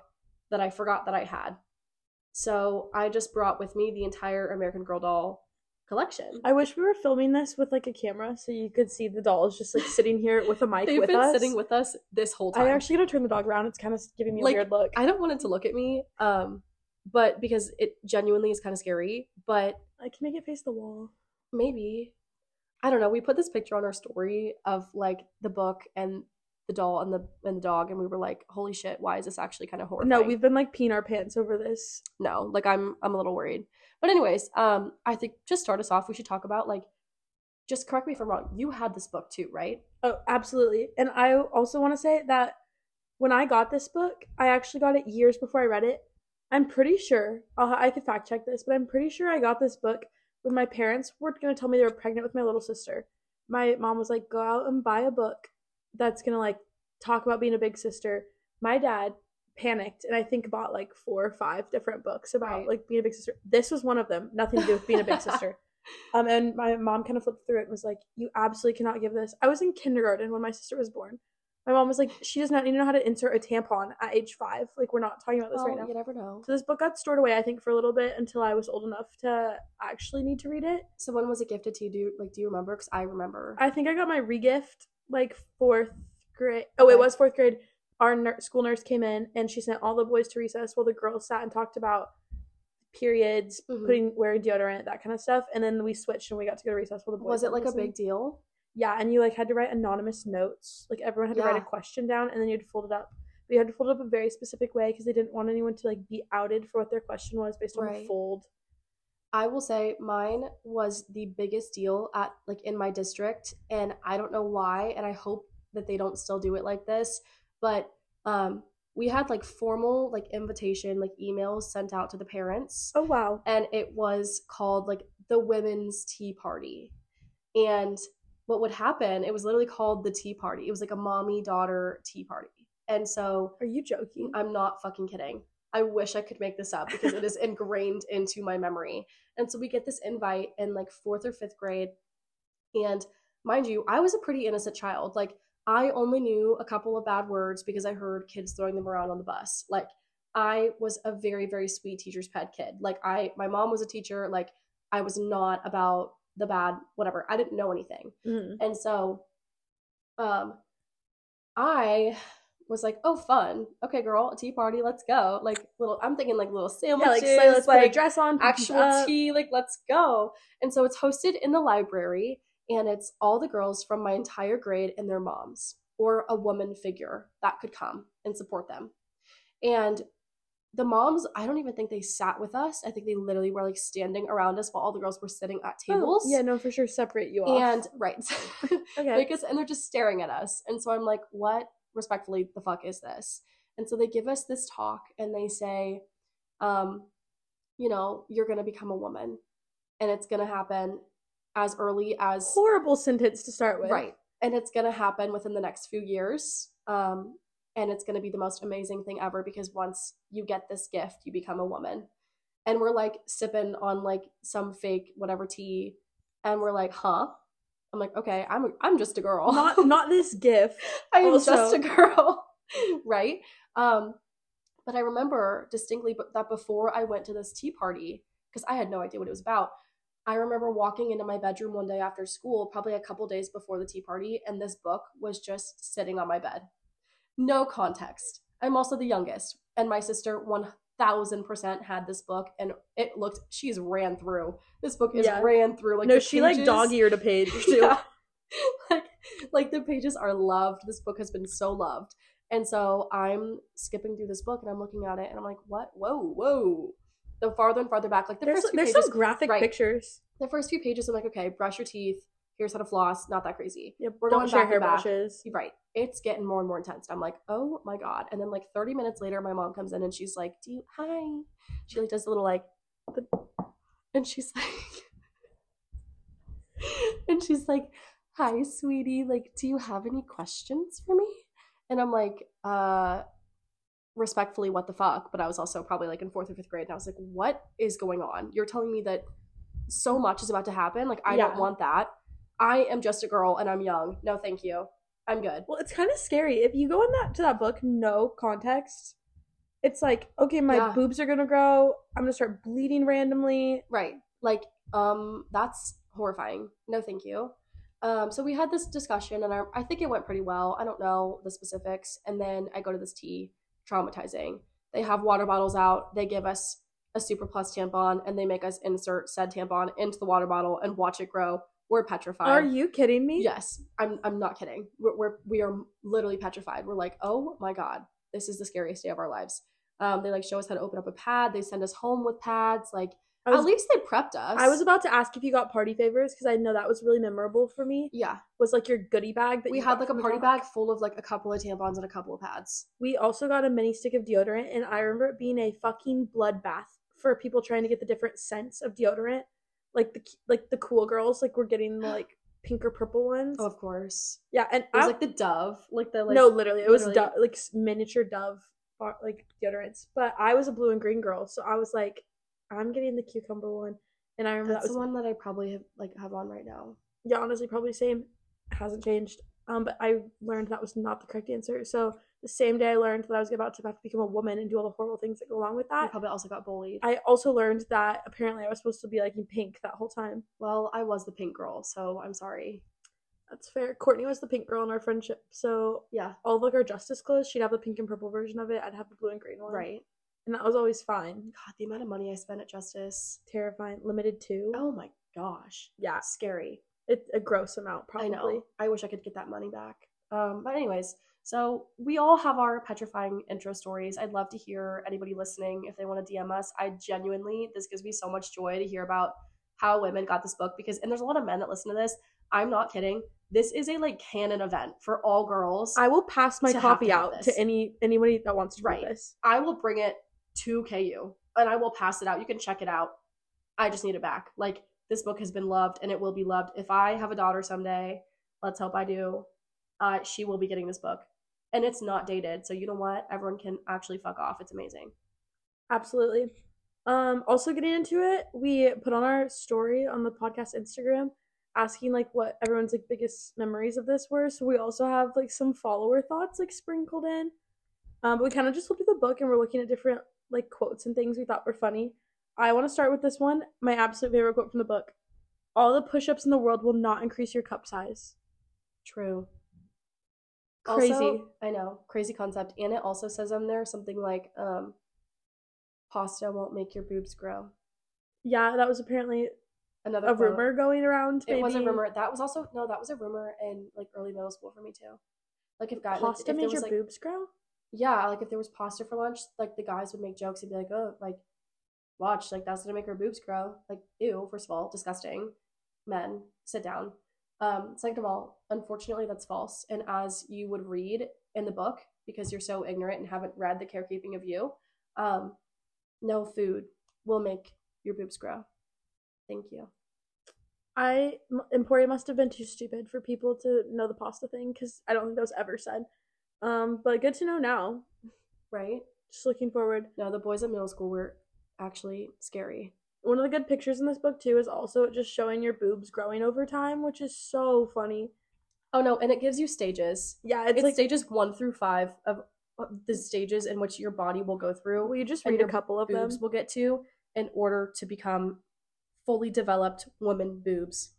Speaker 2: that I forgot that I had. So I just brought with me the entire American Girl doll collection.
Speaker 3: I wish we were filming this with like a camera so you could see the dolls just like sitting here with a mic
Speaker 2: They've
Speaker 3: with
Speaker 2: been
Speaker 3: us.
Speaker 2: sitting with us this whole time.
Speaker 3: I actually gotta turn the dog around. It's kind of giving me a
Speaker 2: Like,
Speaker 3: weird look.
Speaker 2: I don't want it to look at me, um, but because it genuinely is kind of scary. But
Speaker 3: I can make it face the wall.
Speaker 2: maybe I don't know. We put this picture on our story of like the book and the doll and the and the dog, and we were like, "Holy shit! Why is this actually kind of horrifying?"
Speaker 3: No, we've been like peeing our pants over this.
Speaker 2: no like i'm i'm a little worried but anyways um i think just start us off we should talk about like just correct me if i'm wrong you had this book too right
Speaker 3: Oh, absolutely. And I also want to say that when I got this book, I actually got it years before I read it. I'm pretty sure, I'll, I could fact check this, but I'm pretty sure I got this book when my parents were going to tell me they were pregnant with my little sister. My mom was like, go out and buy a book that's going to like talk about being a big sister. My dad panicked and I think bought like four or five different books about
Speaker 2: Right.
Speaker 3: like being a big sister. This was one of them, nothing to do with being a big sister. Um, and my mom kind of flipped through it and was like, "You absolutely cannot give this." I was in kindergarten when my sister was born. My mom was like, "She does not need to know how to insert a tampon at age five. Like, we're not talking about this
Speaker 2: Well,
Speaker 3: right now."
Speaker 2: you never know
Speaker 3: So this book got stored away, I think, for a little bit until I was old enough to actually need to read it.
Speaker 2: so when was it gifted to you do you like do you remember because i remember
Speaker 3: I think I got my regift like fourth grade. Oh, it
Speaker 2: Okay.
Speaker 3: was fourth grade. Our nur- school nurse came in and she sent all the boys to recess while the girls sat and talked about periods,
Speaker 2: Mhm.
Speaker 3: putting wearing deodorant, that kind of stuff. And then we switched and we got to go to recess while the boys.
Speaker 2: was
Speaker 3: sat
Speaker 2: it
Speaker 3: and
Speaker 2: like a
Speaker 3: listened.
Speaker 2: big deal
Speaker 3: Yeah, and you like had to write anonymous notes. Like everyone had to write a
Speaker 2: Yeah.
Speaker 3: question down, and then you had to fold it up. But you had to fold it up a very specific way because they didn't want anyone to like be outed for what their question was based on the
Speaker 2: Right.
Speaker 3: fold.
Speaker 2: i will say mine was the biggest deal at like in my district and i don't know why and i hope that they don't still do it like this but um we had like formal like invitation like emails sent out to the parents
Speaker 3: Oh wow!
Speaker 2: and it was called like the women's tea party and what would happen it was literally called the tea party it was like a mommy daughter tea party and so
Speaker 3: Are you joking?
Speaker 2: i'm not fucking kidding i wish i could make this up because it is ingrained into my memory and so we get this invite in like fourth or fifth grade and mind you i was a pretty innocent child like i only knew a couple of bad words because i heard kids throwing them around on the bus like I was a very, very sweet teacher's pet kid. Like I my mom was a teacher, like I was not about the bad whatever. I didn't know anything.
Speaker 3: Mhm.
Speaker 2: And so um I was like, oh fun. Okay, girl, tea party, let's go. Like little I'm thinking like little
Speaker 3: Yeah, like
Speaker 2: sandwiches.
Speaker 3: so let's put a
Speaker 2: like,
Speaker 3: dress on, pick these
Speaker 2: actual
Speaker 3: up.
Speaker 2: tea like let's go and so it's hosted in the library and it's all the girls from my entire grade and their moms or a woman figure that could come and support them and the moms i don't even think they sat with us i think they literally were like standing around us while all the girls were sitting at
Speaker 3: Oh,
Speaker 2: tables
Speaker 3: yeah, no, for sure. Separate you off.
Speaker 2: and right
Speaker 3: okay,
Speaker 2: because and they're just staring at us and so i'm like what respectfully the fuck is this and so they give us this talk and they say um you know you're gonna become a woman and it's gonna happen as early as
Speaker 3: horrible sentence to start with.
Speaker 2: right and it's gonna happen within the next few years um and it's gonna be the most amazing thing ever because once you get this gift you become a woman and we're like sipping on like some fake whatever tea and we're like huh i'm like okay i'm i'm just a girl
Speaker 3: Not not this gift.
Speaker 2: I am
Speaker 3: Also-
Speaker 2: just a girl, right? Um, but I remember distinctly b- that before I went to this tea party, because I had no idea what it was about, I remember walking into my bedroom one day after school, probably a couple days before the tea party, and this book was just sitting on my bed. No context. I'm also the youngest, and my sister 1000% had this book, and it looked, she's ran through. This book is
Speaker 3: Yeah.
Speaker 2: ran through. Like
Speaker 3: no,
Speaker 2: the
Speaker 3: she like
Speaker 2: pages-
Speaker 3: dog eared a page too.
Speaker 2: yeah. like like the pages are loved this book has been so loved and so i'm skipping through this book and i'm looking at it and i'm like what whoa whoa the farther and farther back like the
Speaker 3: There's
Speaker 2: first few
Speaker 3: there's
Speaker 2: pages
Speaker 3: some graphic
Speaker 2: right.
Speaker 3: pictures.
Speaker 2: the first few pages i'm like okay brush your teeth here's how to floss not that crazy
Speaker 3: Yep,
Speaker 2: We're
Speaker 3: don't
Speaker 2: going
Speaker 3: share
Speaker 2: back and back.
Speaker 3: hairbrushes.
Speaker 2: right it's getting more and more intense i'm like oh my god and then like 30 minutes later my mom comes in and she's like do you hi she like does a little like and she's like and she's like hi sweetie like do you have any questions for me and i'm like uh respectfully what the fuck but i was also probably like in fourth or fifth grade and i was like what is going on you're telling me that so much is about to happen like i don't
Speaker 3: Yeah.
Speaker 2: want that i am just a girl and i'm young no thank you i'm good
Speaker 3: Well, it's kind of scary if you go in that to that book no context. It's like okay, my
Speaker 2: Yeah.
Speaker 3: boobs are gonna grow. I'm gonna start bleeding randomly.
Speaker 2: Right. Like, um, that's horrifying. No, thank you. Um, so we had this discussion, and I, I think it went pretty well. I don't know the specifics. And then I go to this tea, traumatizing. They have water bottles out. They give us a super plus tampon, and they make us insert said tampon into the water bottle and watch it grow We're petrified.
Speaker 3: Are you kidding me?
Speaker 2: Yes, I'm. I'm not kidding. We're, we're we are literally petrified. We're like, oh my god, this is the scariest day of our lives. Um, they like show us how to open up a pad. They send us home with pads. Like
Speaker 3: I was,
Speaker 2: at least they prepped us.
Speaker 3: I was about to ask if you got party favors because I know that was really memorable for me.
Speaker 2: Yeah,
Speaker 3: Was like your goodie bag that
Speaker 2: we
Speaker 3: you
Speaker 2: had
Speaker 3: got
Speaker 2: like a
Speaker 3: from the
Speaker 2: party
Speaker 3: doc.
Speaker 2: bag full of like a couple of tampons and a couple of pads.
Speaker 3: We also got a mini stick of deodorant, and I remember it being a fucking bloodbath for people trying to get the different scents of deodorant. Like the like the cool girls, like were getting the like pink or purple ones.
Speaker 2: Oh, of course.
Speaker 3: Yeah, and
Speaker 2: It was
Speaker 3: I
Speaker 2: like the Dove, like the like.
Speaker 3: no, literally, it was
Speaker 2: literally-
Speaker 3: do- like s- miniature Dove bar- like deodorants. But I was a blue and green girl, so I was like, I'm getting the cucumber one. And I remember
Speaker 2: that's
Speaker 3: that
Speaker 2: the
Speaker 3: was
Speaker 2: one that I probably have like have on right now.
Speaker 3: yeah, honestly, probably same. It hasn't changed. Um, but I learned that was not the correct answer. So the same day I learned that I was about to have to become a woman and do all the horrible things that go along with
Speaker 2: I
Speaker 3: that.
Speaker 2: probably also got bullied.
Speaker 3: I also learned that apparently I was supposed to be like in pink that whole time.
Speaker 2: well, I was the pink girl, so I'm sorry.
Speaker 3: That's fair. Courtney was the pink girl in our friendship, so
Speaker 2: Yeah,
Speaker 3: all of like our justice clothes, she'd have the pink and purple version of it. I'd have the blue and green one,
Speaker 2: right.
Speaker 3: And that was always fine.
Speaker 2: God, the amount of money I spent at Justice.
Speaker 3: Terrifying, limited too.
Speaker 2: Oh my gosh,
Speaker 3: Yeah,
Speaker 2: scary.
Speaker 3: it's a gross amount probably.
Speaker 2: I know. I wish I could get that money back. Um, but anyways, so we all have our petrifying intro stories. I'd love to hear anybody listening if they want to DM us. I genuinely, this gives me so much joy to hear about how women got this book because, and there's a lot of men that listen to this. I'm not kidding. This is a like canon event for all girls. I,
Speaker 3: I will pass my
Speaker 2: To have
Speaker 3: copy
Speaker 2: to have
Speaker 3: out
Speaker 2: this.
Speaker 3: to any anybody that wants to
Speaker 2: Right.
Speaker 3: read this.
Speaker 2: will bring it to KU and I will pass it out. You can check it out. I just need it back. Like this book has been loved and it will be loved. If I have a daughter someday, let's hope I do. Uh, she will be getting this book, and it's not dated. So you know what? Everyone can actually fuck off. It's amazing.
Speaker 3: Absolutely. Um, also getting into it, we put on our story on the podcast Instagram asking like what everyone's like biggest memories of this were. So we also have like some follower thoughts like sprinkled in. Um, but we kind of just looked at the book and we're looking at different like quotes and things we thought were funny. I want to start with this one, my absolute favorite quote from the book. All the push-ups in the world will not increase your cup size.
Speaker 2: True.
Speaker 3: Crazy.
Speaker 2: I know. Crazy concept. And it also says on there something like, um, "Pasta won't make your boobs grow."
Speaker 3: yeah, that was apparently
Speaker 2: Another
Speaker 3: a
Speaker 2: quote.
Speaker 3: rumor going around.
Speaker 2: It was a
Speaker 3: maybe.
Speaker 2: rumor. That was also no. That was a rumor in like early middle school for me too. Like if guys,
Speaker 3: Pasta
Speaker 2: like, if there
Speaker 3: made your
Speaker 2: was, like,
Speaker 3: boobs grow?
Speaker 2: yeah, like if there was pasta for lunch, like the guys would make jokes and be like, oh, like, watch, like that's gonna make her boobs grow. Like, ew, first of all, disgusting. Men, sit down. Um, second of all, unfortunately, that's false. And as you would read in the book, because you're so ignorant and haven't read the carekeeping of you, um, no food will make your boobs grow. Thank you.
Speaker 3: I M- Emporia must have been too stupid for people to know the pasta thing because I don't think that was ever said. Um, but good to know now.
Speaker 2: Right?
Speaker 3: Just looking forward.
Speaker 2: No, the boys in middle school were actually scary.
Speaker 3: One of the good pictures in this book too is also just showing your boobs growing over time, which is so funny.
Speaker 2: Oh no, and it gives you stages.
Speaker 3: Yeah, it's,
Speaker 2: it's,
Speaker 3: like
Speaker 2: stages one through five of of the stages in which your body will go through,
Speaker 3: will you just
Speaker 2: and
Speaker 3: read a
Speaker 2: your
Speaker 3: couple of them?
Speaker 2: boobs will get to, in order to become fully developed woman boobs.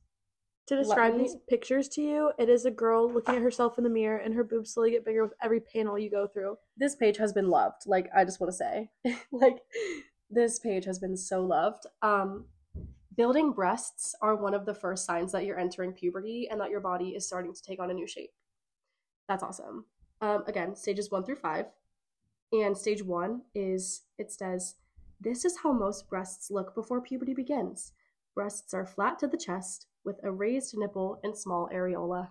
Speaker 3: To
Speaker 2: let
Speaker 3: describe
Speaker 2: me-
Speaker 3: these pictures to you, it is a girl looking at herself in the mirror, and her boobs slowly get bigger with every panel you go through.
Speaker 2: This page has been loved. Like I just want to say, like this page has been so loved. Um, building breasts are one of the first signs that you're entering puberty and that your body is starting to take on a new shape. That's awesome. Um, again, stages one through five. And stage one is it says, This is how most breasts look before puberty begins. Breasts are flat to the chest with a raised nipple and small areola.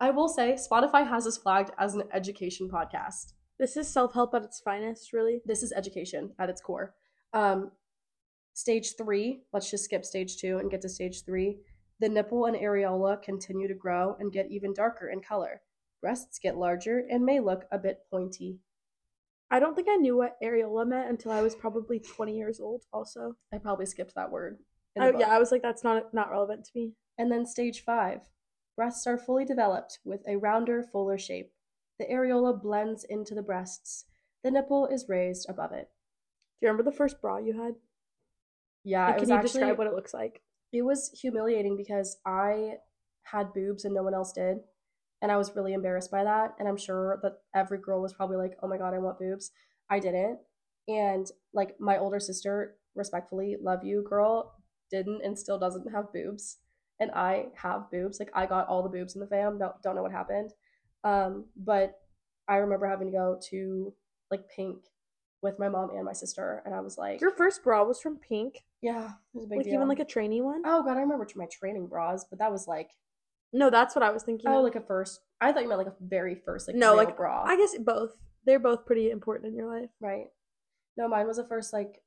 Speaker 2: I will say, Spotify has us flagged as an education podcast.
Speaker 3: This is self help at its finest, really.
Speaker 2: This is education at its core. Um, stage three, let's just skip stage two and get to stage three. The nipple and areola continue to grow and get even darker in color. Breasts get larger and may look a bit pointy.
Speaker 3: I don't think I knew what areola meant until I was probably 20 years old, also.
Speaker 2: I probably skipped that word. in the
Speaker 3: Oh yeah,
Speaker 2: book.
Speaker 3: I was like, that's not not relevant to me.
Speaker 2: And then stage five. Breasts are fully developed with a rounder, fuller shape. The areola blends into the breasts. The nipple is raised above it.
Speaker 3: Do you remember the first bra you had?
Speaker 2: Yeah, Uh,
Speaker 3: Like,
Speaker 2: it
Speaker 3: can
Speaker 2: was
Speaker 3: you
Speaker 2: actually
Speaker 3: describe what it looks like?
Speaker 2: it was humiliating because I had boobs and no one else did. And I was really embarrassed by that. And I'm sure that every girl was probably like, oh my God, I want boobs. I didn't. And like my older sister, respectfully, love you, girl, didn't and still doesn't have boobs, and I have boobs. Like I got all the boobs in the fam. Don't don't know what happened, um, but I remember having to go to like Pink with my mom and my sister, and I was like,
Speaker 3: Your first bra was from Pink,
Speaker 2: yeah, it was a big
Speaker 3: like
Speaker 2: deal.
Speaker 3: even like a trainee one.
Speaker 2: oh god, I remember my training bras, but that was like
Speaker 3: No, that's what I was thinking.
Speaker 2: oh
Speaker 3: of.
Speaker 2: like a first. I thought you meant like a very first like
Speaker 3: No,
Speaker 2: real
Speaker 3: like,
Speaker 2: bra.
Speaker 3: I guess both. They're both pretty important in your life.
Speaker 2: Right. No, mine was the first like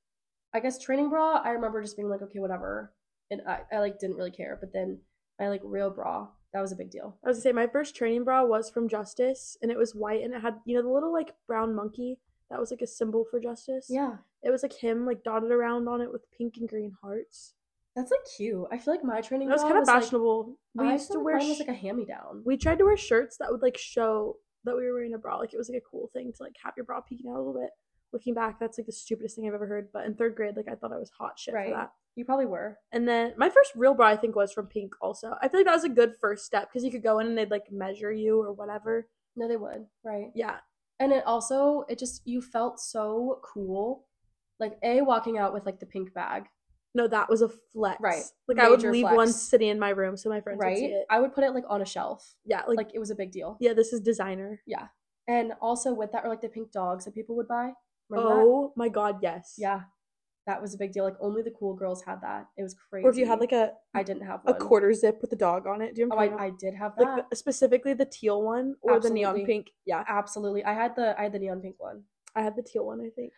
Speaker 2: I guess training bra. I remember just being like, okay, whatever. And I, I like didn't really care. But then my like real bra, that was a big deal.
Speaker 3: I was gonna say my first training bra was from Justice, and it was white, and it had you know the little like brown monkey that was like a symbol for Justice.
Speaker 2: Yeah.
Speaker 3: it was like him like dotted around on it with pink and green hearts.
Speaker 2: That's like cute. I feel like my training
Speaker 3: That was
Speaker 2: bra
Speaker 3: kind of
Speaker 2: like-
Speaker 3: fashionable. we
Speaker 2: I
Speaker 3: used
Speaker 2: feel
Speaker 3: to
Speaker 2: like
Speaker 3: wear
Speaker 2: mine was
Speaker 3: sh-
Speaker 2: like a hand me down.
Speaker 3: we tried to wear shirts that would like show that we were wearing a bra. Like it was like a cool thing to like have your bra peeking out a little bit. Looking back, that's like the stupidest thing I've ever heard. But in third grade, like I thought I was hot shit
Speaker 2: Right.
Speaker 3: for that.
Speaker 2: You probably were.
Speaker 3: And then my first real bra, I think, was from Pink. Also, I feel like that was a good first step because you could go in and they'd like measure you or whatever.
Speaker 2: No, they would. Right.
Speaker 3: Yeah,
Speaker 2: And it also it just you felt so cool. Like A walking out with like the pink bag.
Speaker 3: no, that was a flex.
Speaker 2: Right.
Speaker 3: Like I would
Speaker 2: Major
Speaker 3: leave
Speaker 2: flex.
Speaker 3: one sitting in my room so my friends would see
Speaker 2: Right?
Speaker 3: it.
Speaker 2: I would put it like on a shelf.
Speaker 3: Yeah, like,
Speaker 2: Like it was a big deal.
Speaker 3: yeah, this is designer.
Speaker 2: And also with that were like the pink dogs that people would buy. Remember that?
Speaker 3: oh my god, yes.
Speaker 2: Yeah, that was a big deal. Like only the cool girls had that. It was crazy.
Speaker 3: Or if you had like a
Speaker 2: I didn't have
Speaker 3: a
Speaker 2: one.
Speaker 3: quarter zip with a dog on it. Do you
Speaker 2: Oh,
Speaker 3: remember?
Speaker 2: I, I did have that.
Speaker 3: like the- specifically the teal one or the neon
Speaker 2: Absolutely.
Speaker 3: pink. Yeah,
Speaker 2: Absolutely, I had the I had the neon pink one.
Speaker 3: I had the teal one. I think.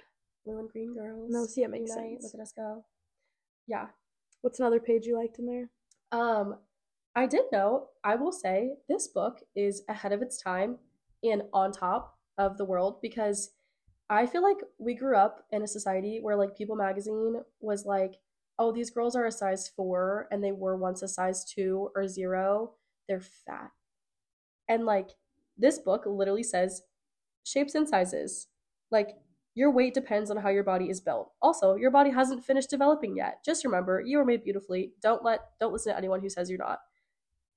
Speaker 2: Blue and green girls.
Speaker 3: No, see, it makes
Speaker 2: unite,
Speaker 3: sense.
Speaker 2: Look at us go. Yeah.
Speaker 3: What's another page you liked in there?
Speaker 2: Um, I did know. I will say this book is ahead of its time and on top of the world because I feel like we grew up in a society where like People magazine was like, oh, these girls are a size four and they were once a size two or zero. They're fat. And like this book literally says shapes and sizes. Like your weight depends on how your body is built. Also, your body hasn't finished developing yet. Just remember, you are made beautifully. Don't let don't listen to anyone who says you're not.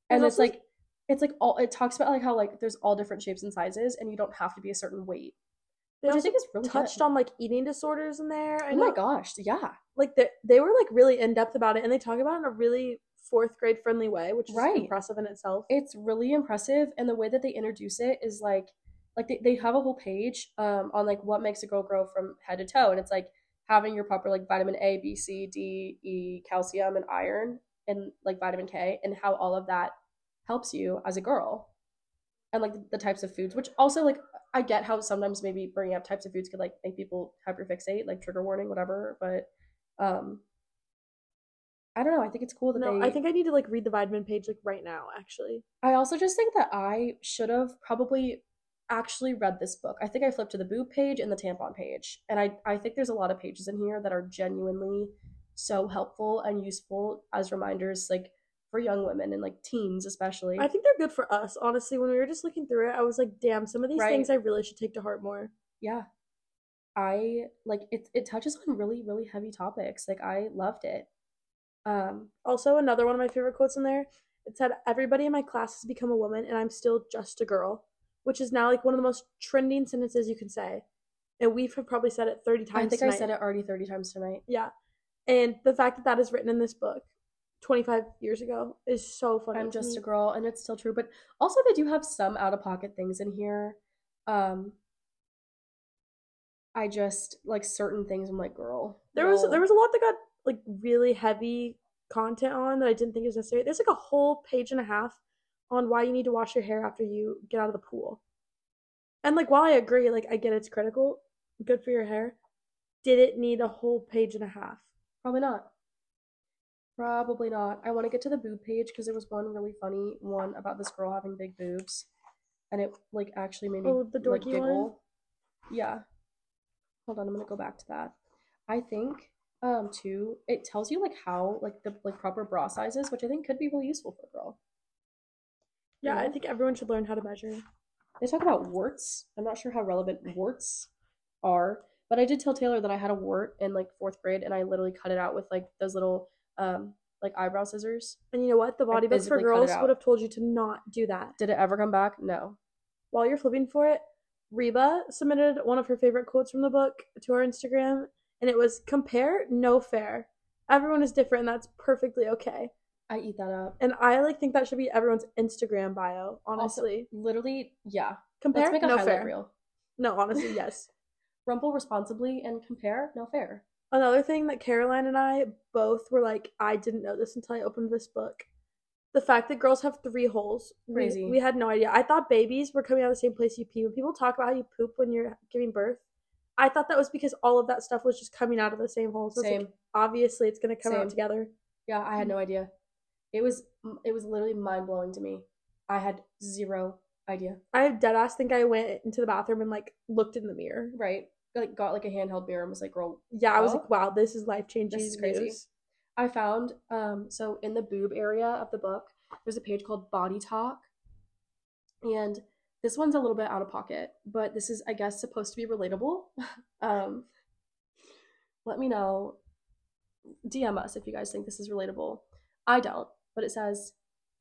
Speaker 2: And
Speaker 3: There's
Speaker 2: it's
Speaker 3: also-
Speaker 2: like it's like all it talks about like how like there's all different shapes and sizes and you don't have to be a certain weight.
Speaker 3: They
Speaker 2: Which I
Speaker 3: also
Speaker 2: think is really
Speaker 3: touched
Speaker 2: good.
Speaker 3: on like eating disorders in there. I
Speaker 2: Oh my
Speaker 3: know-
Speaker 2: gosh, yeah.
Speaker 3: Like they they were like really in depth about it, and they talk about it in a really fourth grade friendly way, which is
Speaker 2: Right.
Speaker 3: impressive in itself.
Speaker 2: it's really impressive and the way that they introduce it is like like they, they have a whole page um on like what makes a girl grow from head to toe and it's like having your proper like vitamin a b c d e calcium and iron and like vitamin k and how all of that helps you as a girl and like the, types of foods which also like i get how sometimes maybe bringing up types of foods could like make people hyperfixate like trigger warning whatever but um i don't know i think it's cool that
Speaker 3: no,
Speaker 2: they
Speaker 3: I think I need to like read the vitamin page like right now. Actually,
Speaker 2: I also just think that I should have probably actually read this book. I think I flipped to the boob page and the tampon page. And I, I think there's a lot of pages in here that are genuinely so helpful and useful as reminders, like for young women and like teens, especially.
Speaker 3: I think they're good for us. Honestly, when we were just looking through it, I was like, damn, some of these
Speaker 2: Right.
Speaker 3: things I really should take to heart more.
Speaker 2: yeah. I like it, it touches on really, really heavy topics. Like, I loved it. Um,
Speaker 3: Also, another one of my favorite quotes in there. It said, "Everybody in my class has become a woman, and I'm still just a girl," which is now like one of the most trending sentences you can say, and we've probably said it thirty times.
Speaker 2: I think I
Speaker 3: tonight.
Speaker 2: said it already 30 times tonight.
Speaker 3: Yeah, and the fact that that is written in this book, twenty five years ago, is so funny.
Speaker 2: I'm
Speaker 3: to
Speaker 2: just a
Speaker 3: me.
Speaker 2: girl, and it's still true. But also, they do have some out of pocket things in here. Um, I just like certain things. I'm like, girl,
Speaker 3: There was
Speaker 2: no.
Speaker 3: there was a lot that got like really heavy content on that I didn't think was necessary. There's like a whole page and a half on why you need to wash your hair after you get out of the pool. And like while I agree, like I get it's critical, good for your hair, did it need a whole page and a half?
Speaker 2: probably not. Probably not. I want to get to the boob page because there was one really funny one about this girl having big boobs, and it like actually made me
Speaker 3: Oh, the
Speaker 2: like
Speaker 3: dorky one?
Speaker 2: giggle. Yeah. Hold on, I'm gonna go back to that. I think um too, it tells you like how like the like proper bra sizes, which I think could be really useful for a girl.
Speaker 3: Yeah, I
Speaker 2: Yeah.
Speaker 3: think everyone should learn how to measure.
Speaker 2: They talk about warts. I'm not sure how relevant warts are, but I did tell Taylor that I had a wart in like fourth grade, and I literally cut it out with like those little um like eyebrow scissors.
Speaker 3: And you know what? The body books for
Speaker 2: physically cut it
Speaker 3: girls
Speaker 2: out.
Speaker 3: would have told you to not do that.
Speaker 2: Did it ever come back? No.
Speaker 3: while you're flipping for it, Reba submitted one of her favorite quotes from the book to our Instagram, and it was compare no fair. Everyone is different, and that's perfectly okay.
Speaker 2: I eat that up.
Speaker 3: And I like think that should be everyone's Instagram bio. Honestly,
Speaker 2: Literally, yeah.
Speaker 3: compare
Speaker 2: Let's make a
Speaker 3: no
Speaker 2: highlight
Speaker 3: fair.
Speaker 2: reel.
Speaker 3: No, honestly, yes.
Speaker 2: Rumple responsibly and compare. No fair.
Speaker 3: Another thing that Caroline and I both were like, I didn't know this until I opened this book. The fact that girls have three holes. We-
Speaker 2: Crazy.
Speaker 3: We, had no idea. I thought babies were coming out of the same place you pee. When people talk about how you poop when you're giving birth, I thought that was because all of that stuff was just coming out of the same holes. It's
Speaker 2: Same.
Speaker 3: Like, obviously, it's going to come
Speaker 2: Same.
Speaker 3: out together.
Speaker 2: Yeah, I had
Speaker 3: Mm-hmm.
Speaker 2: no idea. It was it was literally mind blowing to me. I had zero idea.
Speaker 3: I dead ass think I went into the bathroom and like looked in the mirror.
Speaker 2: Right? Like got like a handheld mirror and was like, "Girl,
Speaker 3: Yeah, I was
Speaker 2: Well,
Speaker 3: like, wow, this is life changing.
Speaker 2: this is crazy. I found um so in the boob area of the book, there's a page called Body Talk. And this one's a little bit out of pocket, but this is I guess supposed to be relatable. um let me know DM us if you guys think this is relatable. I don't, but it says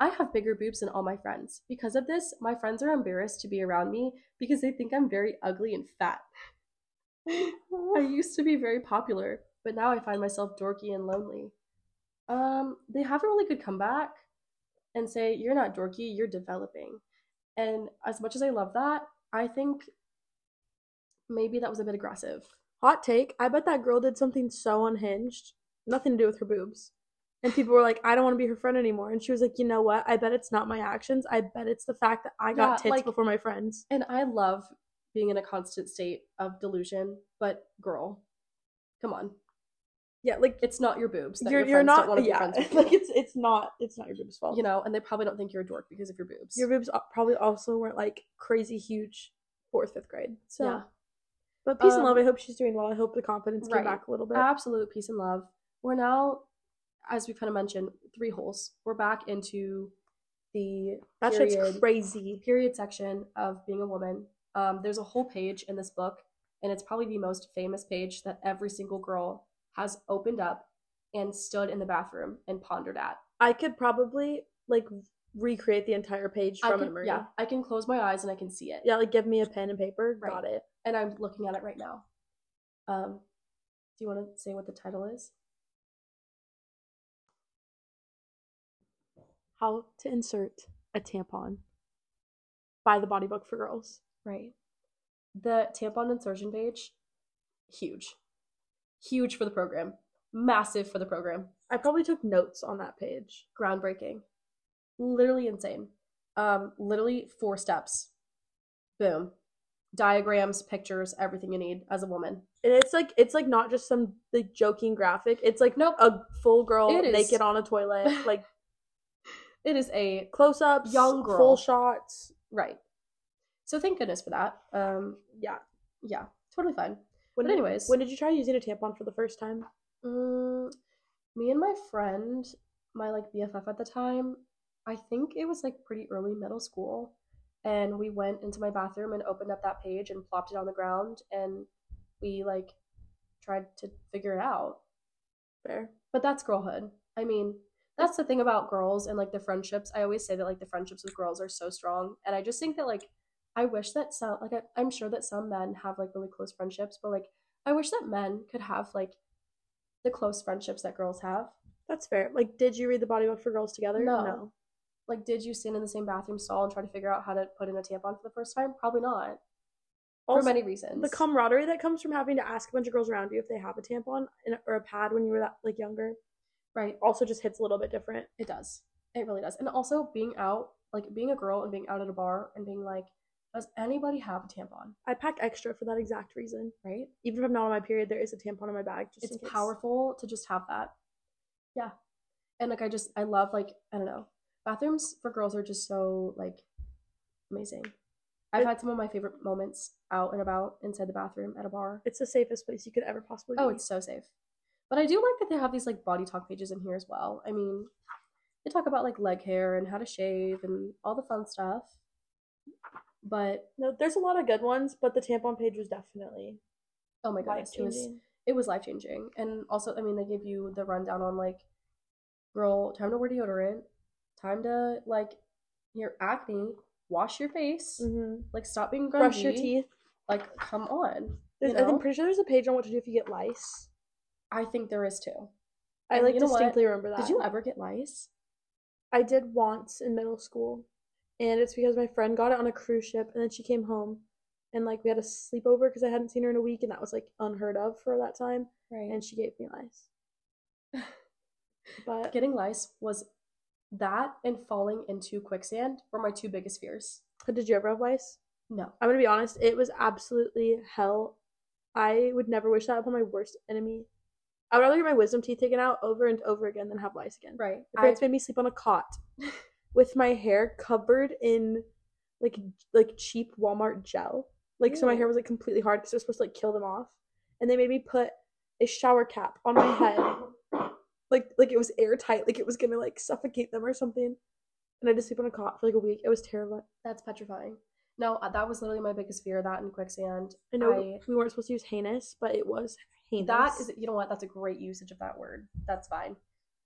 Speaker 2: I have bigger boobs than all my friends. Because of this, my friends are embarrassed to be around me because they think I'm very ugly and fat. I used to be very popular, but now I find myself dorky and lonely. Um, they have a really good comeback and say, You're not dorky, you're developing. And as much as I love that, I think maybe that was a bit aggressive.
Speaker 3: Hot take. I bet that girl did something so unhinged. Nothing to do with her boobs. And people were like, I don't want to be her friend anymore. And she was like, you know what? I bet it's not my actions. I bet it's the fact that I got
Speaker 2: Yeah,
Speaker 3: tits
Speaker 2: like-
Speaker 3: before my friends.
Speaker 2: And I love being in a constant state of delusion, but girl, come on.
Speaker 3: Yeah, like
Speaker 2: It's not your boobs that
Speaker 3: you're
Speaker 2: your
Speaker 3: you're
Speaker 2: friends
Speaker 3: not
Speaker 2: don't want to be
Speaker 3: yeah,
Speaker 2: friends with.
Speaker 3: like
Speaker 2: you.
Speaker 3: it's it's not it's not your boobs' fault.
Speaker 2: you know, and they probably don't think you're a dork because of your boobs.
Speaker 3: your boobs al- probably also weren't like crazy huge fourth fifth grade. So,
Speaker 2: yeah.
Speaker 3: but peace
Speaker 2: Um,
Speaker 3: and love. I hope she's doing well. I hope the confidence
Speaker 2: right.
Speaker 3: came back a little bit.
Speaker 2: absolute peace and love. We're now, as we kind of mentioned, three holes. We're back into the
Speaker 3: that shit's
Speaker 2: period.
Speaker 3: crazy.
Speaker 2: period section of being a woman. Um, there's a whole page in this book, and it's probably the most famous page that every single girl has opened up and stood in the bathroom and pondered at.
Speaker 3: I could probably like recreate the entire page
Speaker 2: I
Speaker 3: from
Speaker 2: can,
Speaker 3: memory.
Speaker 2: yeah, I can close my eyes and I can see it.
Speaker 3: Yeah, like give me a pen and paper.
Speaker 2: Right.
Speaker 3: Got it.
Speaker 2: and I'm looking at it right now. Um, do you want to say what the title is?
Speaker 3: How to insert a tampon by the body book for girls.
Speaker 2: Right. The tampon insertion page, huge. Huge for the program. Massive for the program.
Speaker 3: I probably took notes on that page.
Speaker 2: Groundbreaking. Literally insane. Um, literally four steps. Boom. Diagrams, pictures, everything you need as a woman.
Speaker 3: And it's like it's like not just some like joking graphic. It's like nope, a full girl
Speaker 2: It is.
Speaker 3: naked on a toilet, like
Speaker 2: It is a
Speaker 3: close ups,
Speaker 2: Young girl.
Speaker 3: full shots.
Speaker 2: right. So thank goodness for that. Um,
Speaker 3: Yeah.
Speaker 2: yeah, totally fine.
Speaker 3: When
Speaker 2: But anyways.
Speaker 3: when did you try using a tampon for the first time?
Speaker 2: Mm, me and my friend, my like BFF at the time, I think it was like pretty early middle school, and we went into my bathroom and opened up that page and plopped it on the ground, and we like tried to figure it out.
Speaker 3: Fair.
Speaker 2: But that's girlhood. I mean, that's the thing about girls and like the friendships. I always say that like the friendships with girls are so strong, and I just think that like I wish that some like I, I'm sure that some men have like really close friendships, but like I wish that men could have like the close friendships that girls have.
Speaker 3: That's fair. Like, did you read the body book for girls together?
Speaker 2: No. Like, did you stand in the same bathroom stall and try to figure out how to put in a tampon for the first time? Probably not.
Speaker 3: Also,
Speaker 2: for many reasons.
Speaker 3: the camaraderie that comes from having to ask a bunch of girls around you if they have a tampon and, or a pad when you were that like younger
Speaker 2: right.
Speaker 3: also just hits a little bit different.
Speaker 2: It does. It really does. And also being out, like being a girl and being out at a bar and being like, does anybody have a tampon?
Speaker 3: I pack extra for that exact reason.
Speaker 2: Right?
Speaker 3: Even if I'm not on my period, there is a tampon in my bag. Just
Speaker 2: it's
Speaker 3: in case.
Speaker 2: powerful to just have that. Yeah. And like I just I love like I don't know. Bathrooms for girls are just so like amazing. I've
Speaker 3: It-
Speaker 2: had some of my favorite moments out and about inside the bathroom at a bar.
Speaker 3: It's the safest place you could ever possibly be.
Speaker 2: Oh, it's so safe. But I do like that they have these like body talk pages in here as well. I mean, they talk about like leg hair and how to shave and all the fun stuff. But
Speaker 3: no. There's a lot of good ones, but the tampon page was definitely
Speaker 2: oh my
Speaker 3: life
Speaker 2: goodness, it was
Speaker 3: changing.
Speaker 2: it was life changing. And also, I mean, they give you the rundown on like, girl, time to wear deodorant, time to like your acne, wash your face,
Speaker 3: Mhm.
Speaker 2: like stop being grungy,
Speaker 3: Brush your teeth.
Speaker 2: like come on.
Speaker 3: There's,
Speaker 2: you know?
Speaker 3: I'm pretty sure there's a page on what to do if you get lice.
Speaker 2: I think there is too.
Speaker 3: I
Speaker 2: And
Speaker 3: like
Speaker 2: you know what?
Speaker 3: distinctly remember that.
Speaker 2: Did you ever get lice?
Speaker 3: I did once in middle school, and it's because my friend got it on a cruise ship, and then she came home, and like we had a sleepover because I hadn't seen her in a week, and that was like unheard of for that time,
Speaker 2: Right.
Speaker 3: and she gave me lice. But
Speaker 2: getting lice was that and falling into quicksand were my two biggest fears.
Speaker 3: did you ever have lice?
Speaker 2: No.
Speaker 3: I'm gonna be honest, it was absolutely hell. I would never wish that upon my worst enemy. I would rather get my wisdom teeth taken out over and over again than have lice again.
Speaker 2: Right.
Speaker 3: My parents made me sleep on a cot with my hair covered in like like cheap Walmart gel. Like so my
Speaker 2: Ew.
Speaker 3: hair was like completely hard because it was supposed to like kill them off. And they made me put a shower cap on my head. Like like it was airtight, like it was gonna like suffocate them or something. And I just sleep on a cot for like a week. It was terrible.
Speaker 2: That's petrifying. No, uh, that was literally my biggest fear, that and quicksand.
Speaker 3: I know
Speaker 2: I-
Speaker 3: we weren't supposed to use heinous, but it was heinous.
Speaker 2: That is, you know what? That's a great usage of that word. That's fine.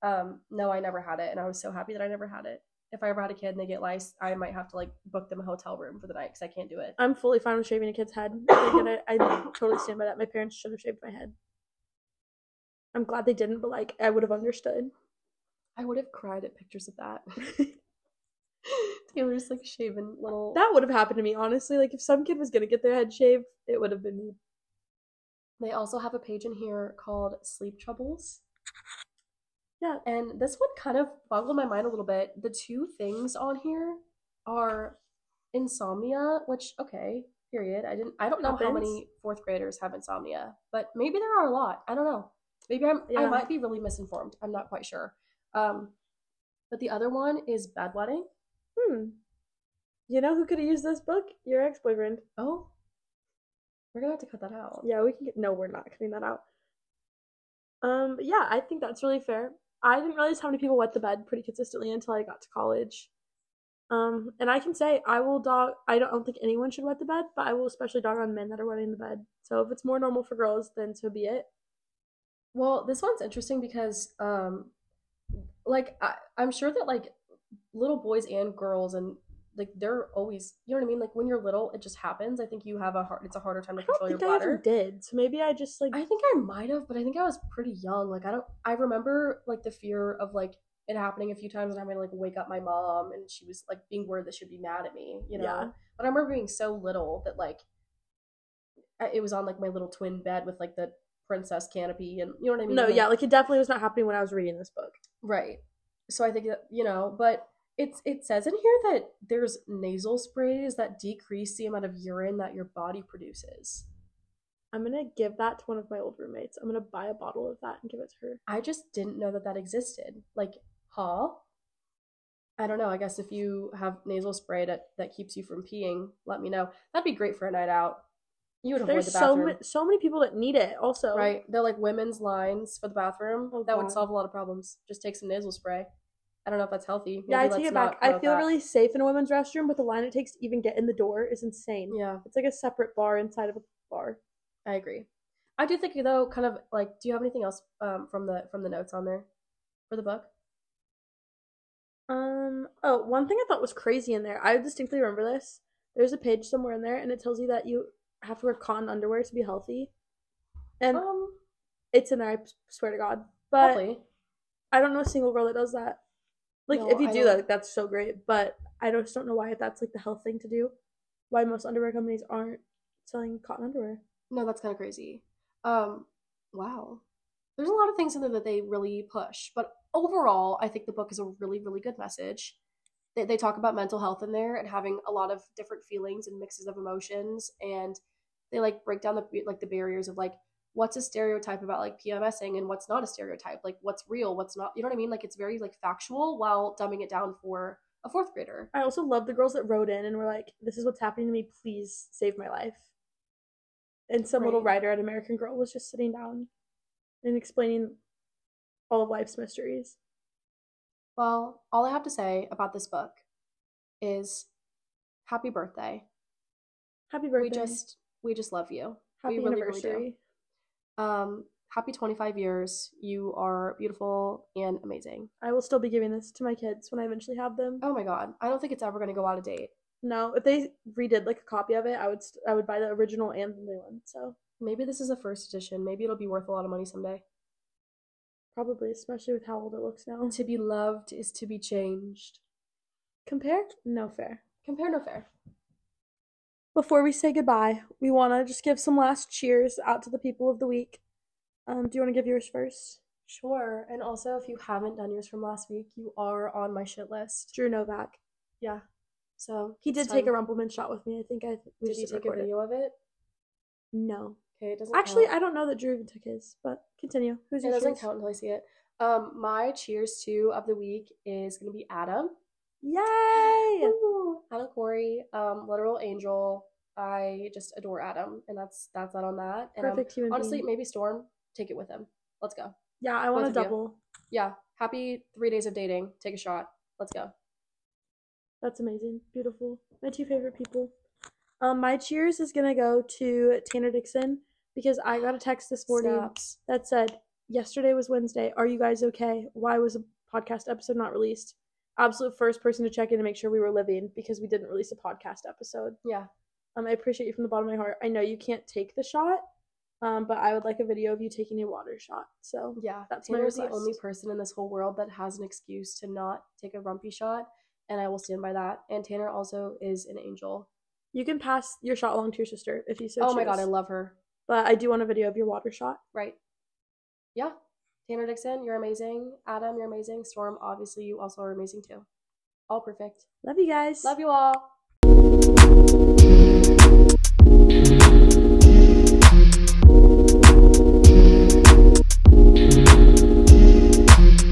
Speaker 2: Um, no, I never had it, and I was so happy that I never had it. If I ever had a kid and they get lice, I might have to like book them a hotel room for the night because I can't do it.
Speaker 3: I'm fully fine with shaving a kid's head. If they get it, I totally stand by that. My parents should have shaved my head. I'm glad they didn't, but like I would have understood.
Speaker 2: I would have cried at pictures of that. Taylor's like shaven little.
Speaker 3: That would have happened to me, honestly. Like if some kid was gonna get their head shaved, it would have been me.
Speaker 2: They also have a page in here called Sleep Troubles.
Speaker 3: Yeah.
Speaker 2: And this one kind of boggled my mind a little bit. The two things on here are insomnia, which okay, period. I didn't I don't know how many fourth graders have insomnia, but maybe there are a lot. I don't know. Maybe I'm I
Speaker 3: Yeah.
Speaker 2: might be really misinformed. I'm not quite sure. Um but the other one is bedwetting.
Speaker 3: Hmm. You know who could have used this book? Your ex-boyfriend.
Speaker 2: Oh. We're gonna have to cut that out.
Speaker 3: Yeah, we can get no, we're not cutting that out. Um, but yeah, I think that's really fair. I didn't realize how many people wet the bed pretty consistently until I got to college. Um, and I can say I will dog I don't, I don't think anyone should wet the bed, but I will especially dog on men that are wetting the bed. So if it's more normal for girls, then so be it.
Speaker 2: Well, this one's interesting because, um, like I, I'm sure that like little boys and girls and like they're always, you know what I mean? Like when you're little, it just happens. I think you have a hard, it's a harder time to
Speaker 3: I don't
Speaker 2: control your
Speaker 3: think I ever
Speaker 2: bladder.
Speaker 3: did, so maybe I just like
Speaker 2: I think I might have, but I think I was pretty young. Like I don't, I remember like the fear of like it happening a few times and having to like wake up my mom and she was like being worried that she'd be mad at me, you know?
Speaker 3: Yeah.
Speaker 2: But I remember being so little that like I- it was on like my little twin bed with like the princess canopy and you know what I mean?
Speaker 3: no,
Speaker 2: Like,
Speaker 3: yeah, like it definitely was not happening when I was reading this book.
Speaker 2: Right. So I think that, you know, but it's it says in here that there's nasal sprays that decrease the amount of urine that your body produces.
Speaker 3: I'm gonna give that to one of my old roommates. I'm gonna buy a bottle of that and give it to her.
Speaker 2: I just didn't know that that existed. Like, huh? I don't know. I guess if you have nasal spray that that keeps you from peeing, let me know. That'd be great for a night out. You would avoid
Speaker 3: There's
Speaker 2: the
Speaker 3: so
Speaker 2: bathroom,
Speaker 3: many, so many people that need it. Also,
Speaker 2: right? They're like women's lines for the bathroom.
Speaker 3: Oh,
Speaker 2: that would
Speaker 3: God.
Speaker 2: solve a lot of problems. Just take some nasal spray. I don't know if that's healthy.
Speaker 3: Yeah, I
Speaker 2: Maybe
Speaker 3: take
Speaker 2: let's
Speaker 3: it
Speaker 2: not
Speaker 3: back. I
Speaker 2: promote
Speaker 3: feel
Speaker 2: that.
Speaker 3: really safe in a women's restroom, but the line it takes to even get in the door is insane.
Speaker 2: Yeah.
Speaker 3: It's like a separate bar inside of a bar.
Speaker 2: I agree. I do think though, kind of like, do you have anything else um, from the from the notes on there for the book?
Speaker 3: Um. Oh, one thing I thought was crazy in there. I distinctly remember this. There's a page somewhere in there, and it tells you that you have to wear cotton underwear to be healthy, and
Speaker 2: um,
Speaker 3: it's in there. I s- swear to God. But
Speaker 2: probably.
Speaker 3: I don't know a single girl that does that. Like,
Speaker 2: No,
Speaker 3: if you
Speaker 2: I
Speaker 3: do
Speaker 2: don't.
Speaker 3: that, like, that's so great. But I don't, just don't know why that's like the health thing to do. Why most underwear companies aren't selling cotton underwear.
Speaker 2: No, that's kind of crazy. Um, wow. There's a lot of things in there that they really push, but overall, I think the book is a really, really good message. They, they talk about mental health in there and having a lot of different feelings and mixes of emotions, and they like break down the like the barriers of like what's a stereotype about like PMSing and what's not a stereotype, like what's real, what's not. You know what I mean? Like it's very like factual while dumbing it down for a fourth grader.
Speaker 3: I also love the girls that wrote in and were like, "This is what's happening to me. Please save my life." And some little
Speaker 2: Right.
Speaker 3: writer at American Girl was just sitting down and explaining all of life's mysteries.
Speaker 2: Well, all I have to say about this book is happy birthday.
Speaker 3: Happy
Speaker 2: We
Speaker 3: birthday!
Speaker 2: just we just love you.
Speaker 3: happy
Speaker 2: we really, really do.
Speaker 3: anniversary.
Speaker 2: Um, happy 25 years. You are beautiful and amazing.
Speaker 3: I will still be giving this to my kids when I eventually have them.
Speaker 2: Oh my god, I don't think it's ever gonna go out of date.
Speaker 3: No, if they redid like a copy of it, I would st- I would buy the original and the new one. So
Speaker 2: Maybe this is a first edition. Maybe it'll be worth a lot of money someday.
Speaker 3: Probably, especially with how old it looks now.
Speaker 2: To be loved is to be changed.
Speaker 3: Compare? No fair.
Speaker 2: Compare no fair.
Speaker 3: Before we say goodbye, we want to just give some last cheers out to the people of the week. Um, do you want to give yours first?
Speaker 2: Sure. And also, if you haven't done yours from last week, you are on my shit list.
Speaker 3: Drew Novak.
Speaker 2: Yeah. So
Speaker 3: He did
Speaker 2: it's
Speaker 3: take a
Speaker 2: fun.
Speaker 3: Rumpleman shot with me. I think I
Speaker 2: Did
Speaker 3: we just
Speaker 2: he
Speaker 3: didn't
Speaker 2: take a
Speaker 3: record it.
Speaker 2: video of it?
Speaker 3: No.
Speaker 2: Okay, it doesn't
Speaker 3: Actually,
Speaker 2: count.
Speaker 3: I don't know that Drew even took his, but continue. Who's
Speaker 2: it
Speaker 3: your
Speaker 2: doesn't
Speaker 3: cheers?
Speaker 2: count until I see it. Um, my cheers to of the week is gonna be Adam.
Speaker 3: Yay!
Speaker 2: Ooh, Adam Corey, um, literal angel. I just adore Adam, and that's that's that on that. And um,
Speaker 3: Perfect human
Speaker 2: honestly,
Speaker 3: being.
Speaker 2: maybe Storm, take it with him. Let's go.
Speaker 3: Yeah, I want
Speaker 2: both
Speaker 3: a
Speaker 2: of you.
Speaker 3: double.
Speaker 2: Yeah, happy three days of dating. Take a shot. Let's go.
Speaker 3: That's amazing. Beautiful. My two favorite people. Um, my cheers is gonna go to Tanner Dixon because I got a text this morning
Speaker 2: Snaps.
Speaker 3: that said, "Yesterday was Wednesday. Are you guys okay? Why was a podcast episode not released?" Absolute first person to check in and make sure we were living because we didn't release a podcast episode.
Speaker 2: Yeah,
Speaker 3: Um, I appreciate you from the bottom of my heart. I know you can't take the shot, um, but I would like a video of you taking a water shot. So
Speaker 2: yeah.
Speaker 3: That's my
Speaker 2: Tanner's the only
Speaker 3: request.
Speaker 2: person in this whole world that has an excuse to not take a rumpy shot, and I will stand by that. And Tanner also is an angel.
Speaker 3: you can pass your shot along to your sister if you so
Speaker 2: oh
Speaker 3: choose.
Speaker 2: my god, I love her.
Speaker 3: but I do want a video of your water shot.
Speaker 2: Right. Yeah. Tanner Dixon, you're amazing. Adam, you're amazing. Storm, obviously, you also are amazing too. All perfect.
Speaker 3: Love you guys.
Speaker 2: Love you all.